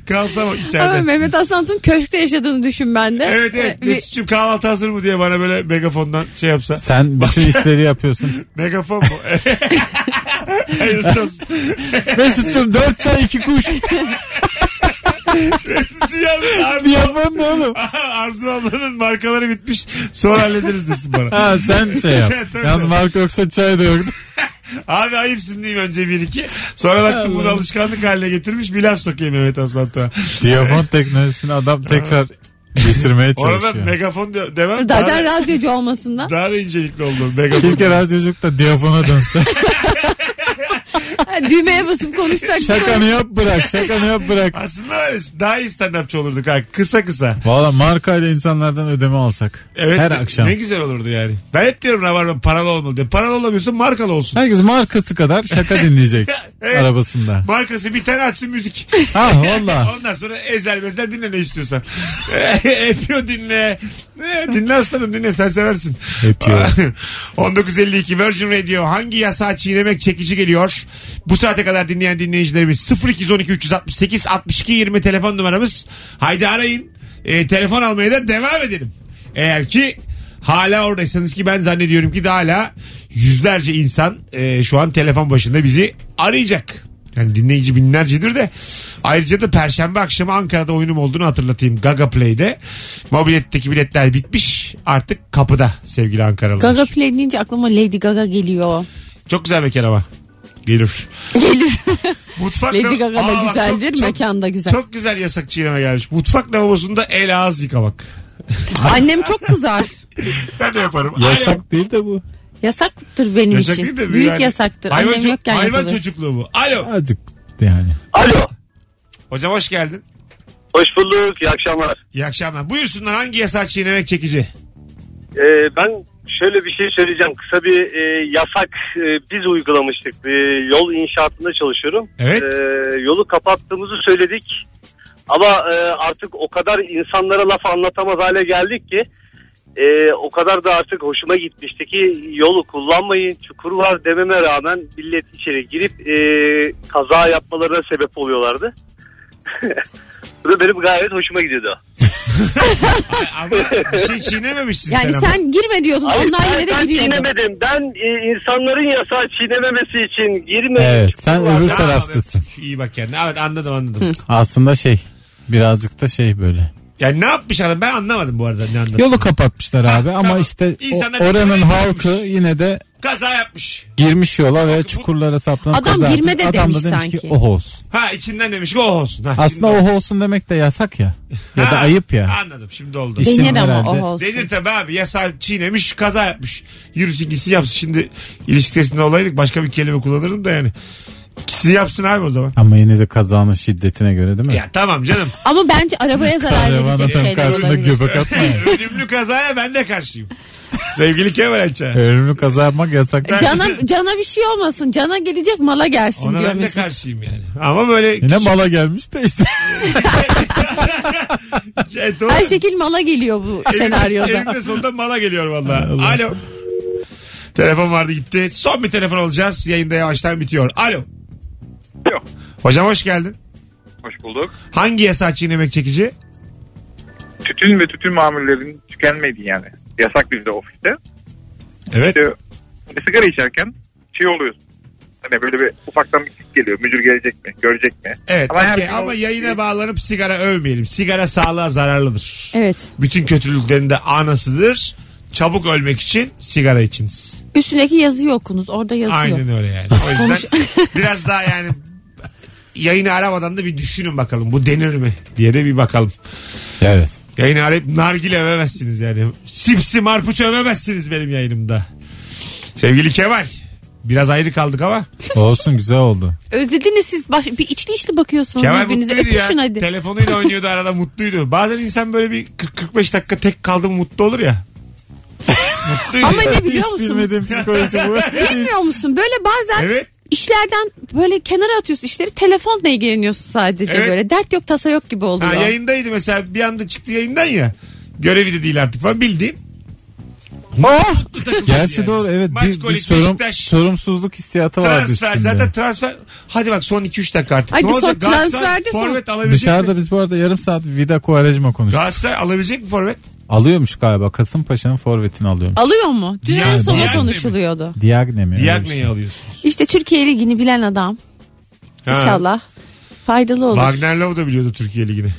Kalsa o
Ama
içeride.
Mehmet Asant'ın köşkte yaşadığını düşün ben de.
Evet evet.
Ee, bir-
Mesut'cum kahvaltı hazır mı diye bana böyle megafondan şey yapsa.
Sen bütün işleri yapıyorsun.
Megafon
<laughs>
mu? Hayırlısı olsun.
<laughs> Mesut'cum dört çay iki kuş.
Mesut'cum yalnız Arzu,
Yapan ne oğlum?
<laughs> Arzu ablanın markaları bitmiş. Sonra hallederiz desin
<laughs>
bana.
Ha <laughs> sen şey yap.
Tabii.
Yalnız marka yoksa çay da yok.
Abi ayıpsın diyeyim önce bir iki. Sonra baktım bunu alışkanlık haline getirmiş. Bir laf sokayım Mehmet Aslan Tuğ'a.
Diyafon teknolojisini adam tekrar getirmeye
Orada
çalışıyor.
megafon diyor. Devam. Daha,
Zaten
da-
radyocu olmasından.
daha da incelikli oldu. Megafon.
Keşke radyocuk da diyafona dönse.
Ha, Düğmeye basıp konuşsak.
şakanı yap bırak, şakanı yap bırak.
Aslında var ya, daha iyi stand-upçı olurduk ha. Kısa kısa.
Valla markayla insanlardan ödeme alsak.
Evet.
Her
ne-
akşam.
Ne güzel olurdu yani. Ben hep diyorum rabarba paralı olmalı diye. Paralı olamıyorsun markalı olsun.
Herkes markası kadar şaka dinleyecek
<laughs> Evet.
arabasında.
Markası bir tane açsın
<laughs>
müzik.
Ha valla.
Ondan sonra ezel bezel dinle ne istiyorsan. <laughs> Epiyor dinle. E, Dinle aslanım dinle sen seversin. <laughs>
Öpüyor.
1952 Virgin Radio hangi yasağı çiğnemek çekici geliyor? Bu saate kadar dinleyen dinleyicilerimiz 0212 368 62 20 telefon numaramız. Haydi arayın. E, telefon almaya da devam edelim. Eğer ki hala oradaysanız ki ben zannediyorum ki de hala yüzlerce insan e, şu an telefon başında bizi arayacak. Yani dinleyici binlercedir de. Ayrıca da perşembe akşamı Ankara'da oyunum olduğunu hatırlatayım. Gaga Play'de. Mobiletteki biletler bitmiş. Artık kapıda sevgili Ankaralılar.
Gaga Play deyince aklıma Lady Gaga geliyor.
Çok güzel mekan ama. Gelir.
Gelir.
<laughs> Mutfak
Lady
lav-
Gaga
Aa,
da
bak
güzeldir,
çok, çok,
mekan da güzel.
çok güzel yasak çiğneme gelmiş. Mutfak lavabosunda el ağız yıkamak. <laughs>
Annem çok kızar.
Ben de yaparım. Alo.
Yasak değil de bu.
<laughs> Yasaktır benim
Yasak
için.
değil de bir
Büyük
yani-
yasaktır.
Hayvan,
Annem
ço-
yokken
hayvan
yapılır.
çocukluğu bu. Alo.
Azıcık yani.
Alo.
Hocam hoş geldin.
Hoş bulduk. İyi akşamlar.
İyi akşamlar. Buyursunlar hangi yasağı çiğnemek çekici? <laughs>
Ee, ben şöyle bir şey söyleyeceğim. Kısa bir e, yasak e, biz uygulamıştık. E, yol inşaatında çalışıyorum.
Evet.
Ee, yolu kapattığımızı söyledik. Ama e, artık o kadar insanlara laf anlatamaz hale geldik ki e, o kadar da artık hoşuma gitmişti ki yolu kullanmayın çukur var dememe rağmen millet içeri girip e, kaza yapmalarına sebep oluyorlardı. <laughs> Bu da benim gayet hoşuma gidiyordu.
Ama bir şey çiğnememişsin sen,
Yani
ama.
sen girme diyordun.
Hayır,
onlar
ben,
yine
ben
de giriyordu.
çiğnemedim. Ben e, insanların yasağı çiğnememesi için girmeyin.
Evet sen öbür
Ya,
taraftasın.
İyi bak kendine. Evet anladım anladım.
Aslında şey birazcık da şey böyle.
yani ne yapmış adam ben anlamadım bu arada ne anladım.
Yolu kapatmışlar abi
tamam.
ama işte o-
İnsanlar
oranın
birbirine
halkı
girmiş.
yine de
Kaza yapmış.
girmiş yola ve çukurlara saplanıp
Adam
kaza
girme
yapmış.
de
Adam
demiş
da demiş ki
sanki.
oh olsun.
Ha içinden demiş ki o olsun. Ha,
Aslında
şimdi-
oh olsun demek de yasak ya. Ya da
Ha,
ayıp ya.
Anladım şimdi oldu.
İşin
Denir ama
herhalde-
oh olsun.
Denir tabi abi yasa çiğnemiş kaza yapmış. Yürüsün gitsin yapsın şimdi ilişkisinde olaydık başka bir kelime kullanırdım da yani. Gitsin yapsın abi o zaman.
Ama yine de kazanın şiddetine göre değil mi?
Ya tamam
<laughs>
canım. <laughs>
Ama bence arabaya zarar
Kahraman
verecek
atanın
şeyler
<laughs>
karşısında
olabilir.
göbek atma ya.
Ölümlü kazaya ben de karşıyım. Sevgili Kemal Ayça.
Ölümlü kaza yapmak yasak.
Cana, cana bir şey olmasın. Cana gelecek mala gelsin
Ona
diyor
ben de
mesela.
karşıyım yani. Ama böyle şey-
Yine mala gelmiş de
<laughs>
işte.
E, doğru.
Her şekil mala geliyor bu senaryoda.
Eninde sonunda mala geliyor valla. Alo. Telefon vardı gitti. Son bir telefon alacağız. Yayında yavaştan bitiyor. Alo.
Yok.
Hocam hoş geldin.
Hoş bulduk.
Hangi yasa çiğnemek çekici?
Tütün ve tütün mamullerinin tükenmedi yani. Yasak bizde ofiste.
Evet.
İşte hani sigara içerken şey oluyorsun. Hani böyle bir ufaktan bir tik geliyor. Müdür gelecek mi? Görecek mi?
Evet.
Ama
Ama,
her gün
ama
o-
yayına bağlanıp sigara övmeyelim. Sigara sağlığa zararlıdır.
Evet.
Bütün kötülüklerin de anasıdır. Çabuk ölmek için sigara içiniz.
Üstündeki yazıyı okunuz. Orada yazıyor.
Aynen öyle yani. O yüzden <laughs> biraz daha yani yayını aramadan da bir düşünün bakalım. Bu denir mi diye de bir bakalım.
evet.
Yayını arayıp nargile övemezsiniz yani. Sipsi marpuç övemezsiniz benim yayınımda. Sevgili Kemal. Biraz ayrı kaldık ama.
Olsun güzel oldu.
Özlediniz siz. Baş, bir içli içli bakıyorsunuz
Kemal
birbirinize.
mutluydu ya.
Öpüşün hadi.
Telefonuyla oynuyordu arada mutluydu. Bazen insan böyle bir 40-45 dakika tek kaldı mı mutlu olur ya.
<laughs>
mutluydu.
Ama ne biliyor
Hiç
musun?
bilmediğim psikoloji
<laughs>
bu.
Bilmiyor musun? Böyle bazen
Evet.
işlerden böyle kenara atıyorsun işleri. Telefonla ilgileniyorsun sadece
Evet.
böyle. Dert yok tasa yok gibi oluyor.
Ha, yayındaydı mesela bir anda çıktı yayından ya. Görevi de değil artık falan bildiğin.
Oh!
Mutlu takım
Gerçi
yani.
doğru evet
Maç
bir, bir
golü,
sorum,
Beşiktaş.
sorumsuzluk hissiyatı vardı
Transfer
üstünde.
zaten transfer. Hadi bak son 2-3 dakika artık.
Hadi
ne
son
olacak?
transferde
Galatasaray
son-
forvet alabilecek mi?
Dışarıda biz bu arada yarım saat Vida Quaresma konuştuk.
Galatasaray alabilecek mi forvet?
Alıyormuş galiba Kasımpaşa'nın forvetini alıyormuş.
Alıyor mu? Dün en
Diğer-
sona
diğer mi?
konuşuluyordu.
Diagne mi? Öyle bir şey.
Diagne'yi alıyorsunuz.
İşte Türkiye Ligi'ni bilen adam.
Ha.
İnşallah faydalı olur.
Wagner Love da biliyordu Türkiye Ligi'ni.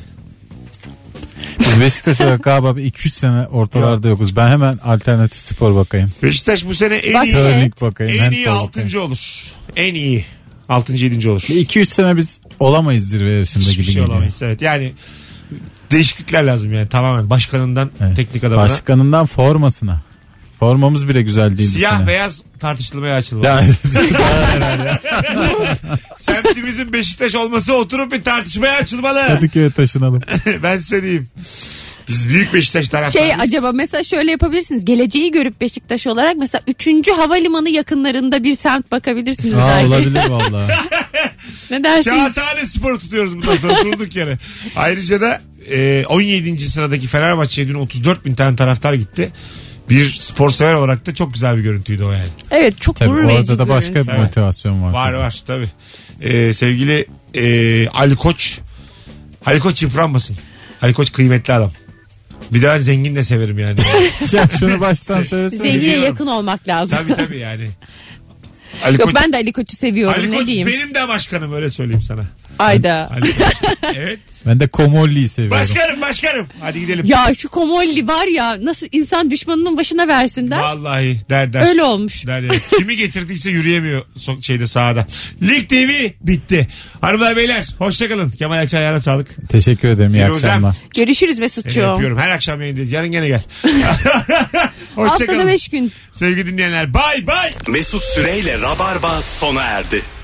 Biz Beşiktaş olarak galiba bir 2-3 sene ortalarda yokuz. Ben hemen alternatif spor bakayım.
Beşiktaş bu sene en
Bak-
iyi,
Evet.
Törnik bakayım.
en iyi
handball bakayım.
6. olur. En iyi 6. 7. olur.
Bir 2-3 sene biz olamayız zirve yarışında
Hiçbir
gibi
şey
geliyor.
olamayız. Evet yani değişiklikler lazım yani tamamen başkanından
Evet.
teknik adamına.
Başkanından formasına. Formamız bile güzel değil. bu
Siyah
sene.
beyaz tartışılmaya açıldı.
<laughs> Yani
<laughs> Semtimizin Beşiktaş olması oturup bir tartışmaya açılmalı.
Kadıköy'e taşınalım.
<laughs> ben size diyeyim. Biz büyük Beşiktaş
Şey
taraftarıyız.
acaba mesela şöyle yapabilirsiniz. Geleceği görüp Beşiktaş olarak mesela 3. havalimanı yakınlarında bir semt bakabilirsiniz.
Aa,
belki.
olabilir
<laughs>
valla.
Ne dersiniz?
Kağıthane sporu tutuyoruz bundan sonra durduk yere. Ayrıca da e, 17. sıradaki Fenerbahçe'ye dün 34 bin tane taraftar gitti. Bir spor sever olarak da çok güzel bir görüntüydü o yani.
Evet çok
Tabii
gurur verici.
orada da
bir
başka
görüntü.
bir motivasyon var.
Var
tabii.
var tabii. E, sevgili e, Ali Koç. Ali Koç yıpranmasın. Ali Koç kıymetli adam. Bir daha zengin de severim
<laughs>
yani.
Ya
<laughs>
şunu
Şey,
baştan söylesene.
Zengine
Biliyorum.
yakın olmak lazım.
tabii tabii yani. Ali
Yok
Koç,
ben de Ali Koç'u seviyorum
Ali
ne
Koç
diyeyim.
benim de başkanım öyle söyleyeyim sana.
Ayda.
Ali
<laughs>
Koç. evet.
Ben de Komolli'yi seviyorum.
Başkanım başkanım. Hadi gidelim.
Ya şu Komolli var ya nasıl insan düşmanının başına versin der.
Vallahi der der.
Öyle olmuş.
Der ya. Kimi getirdiyse yürüyemiyor so- şeyde sahada. Lig TV bitti. Hanımlar beyler hoşçakalın. Kemal Ayça ayağına sağlık.
Teşekkür ederim. iyi
Firuzem.
akşamlar.
Görüşürüz
Seni
Mesut'cuğum.
öpüyorum. Her akşam yayındayız. Yarın gene gel. <laughs>
Haftada
hoşçakalın.
5 gün.
Sevgili dinleyenler bay bay.
Mesut Süreyle Rabarba sona erdi.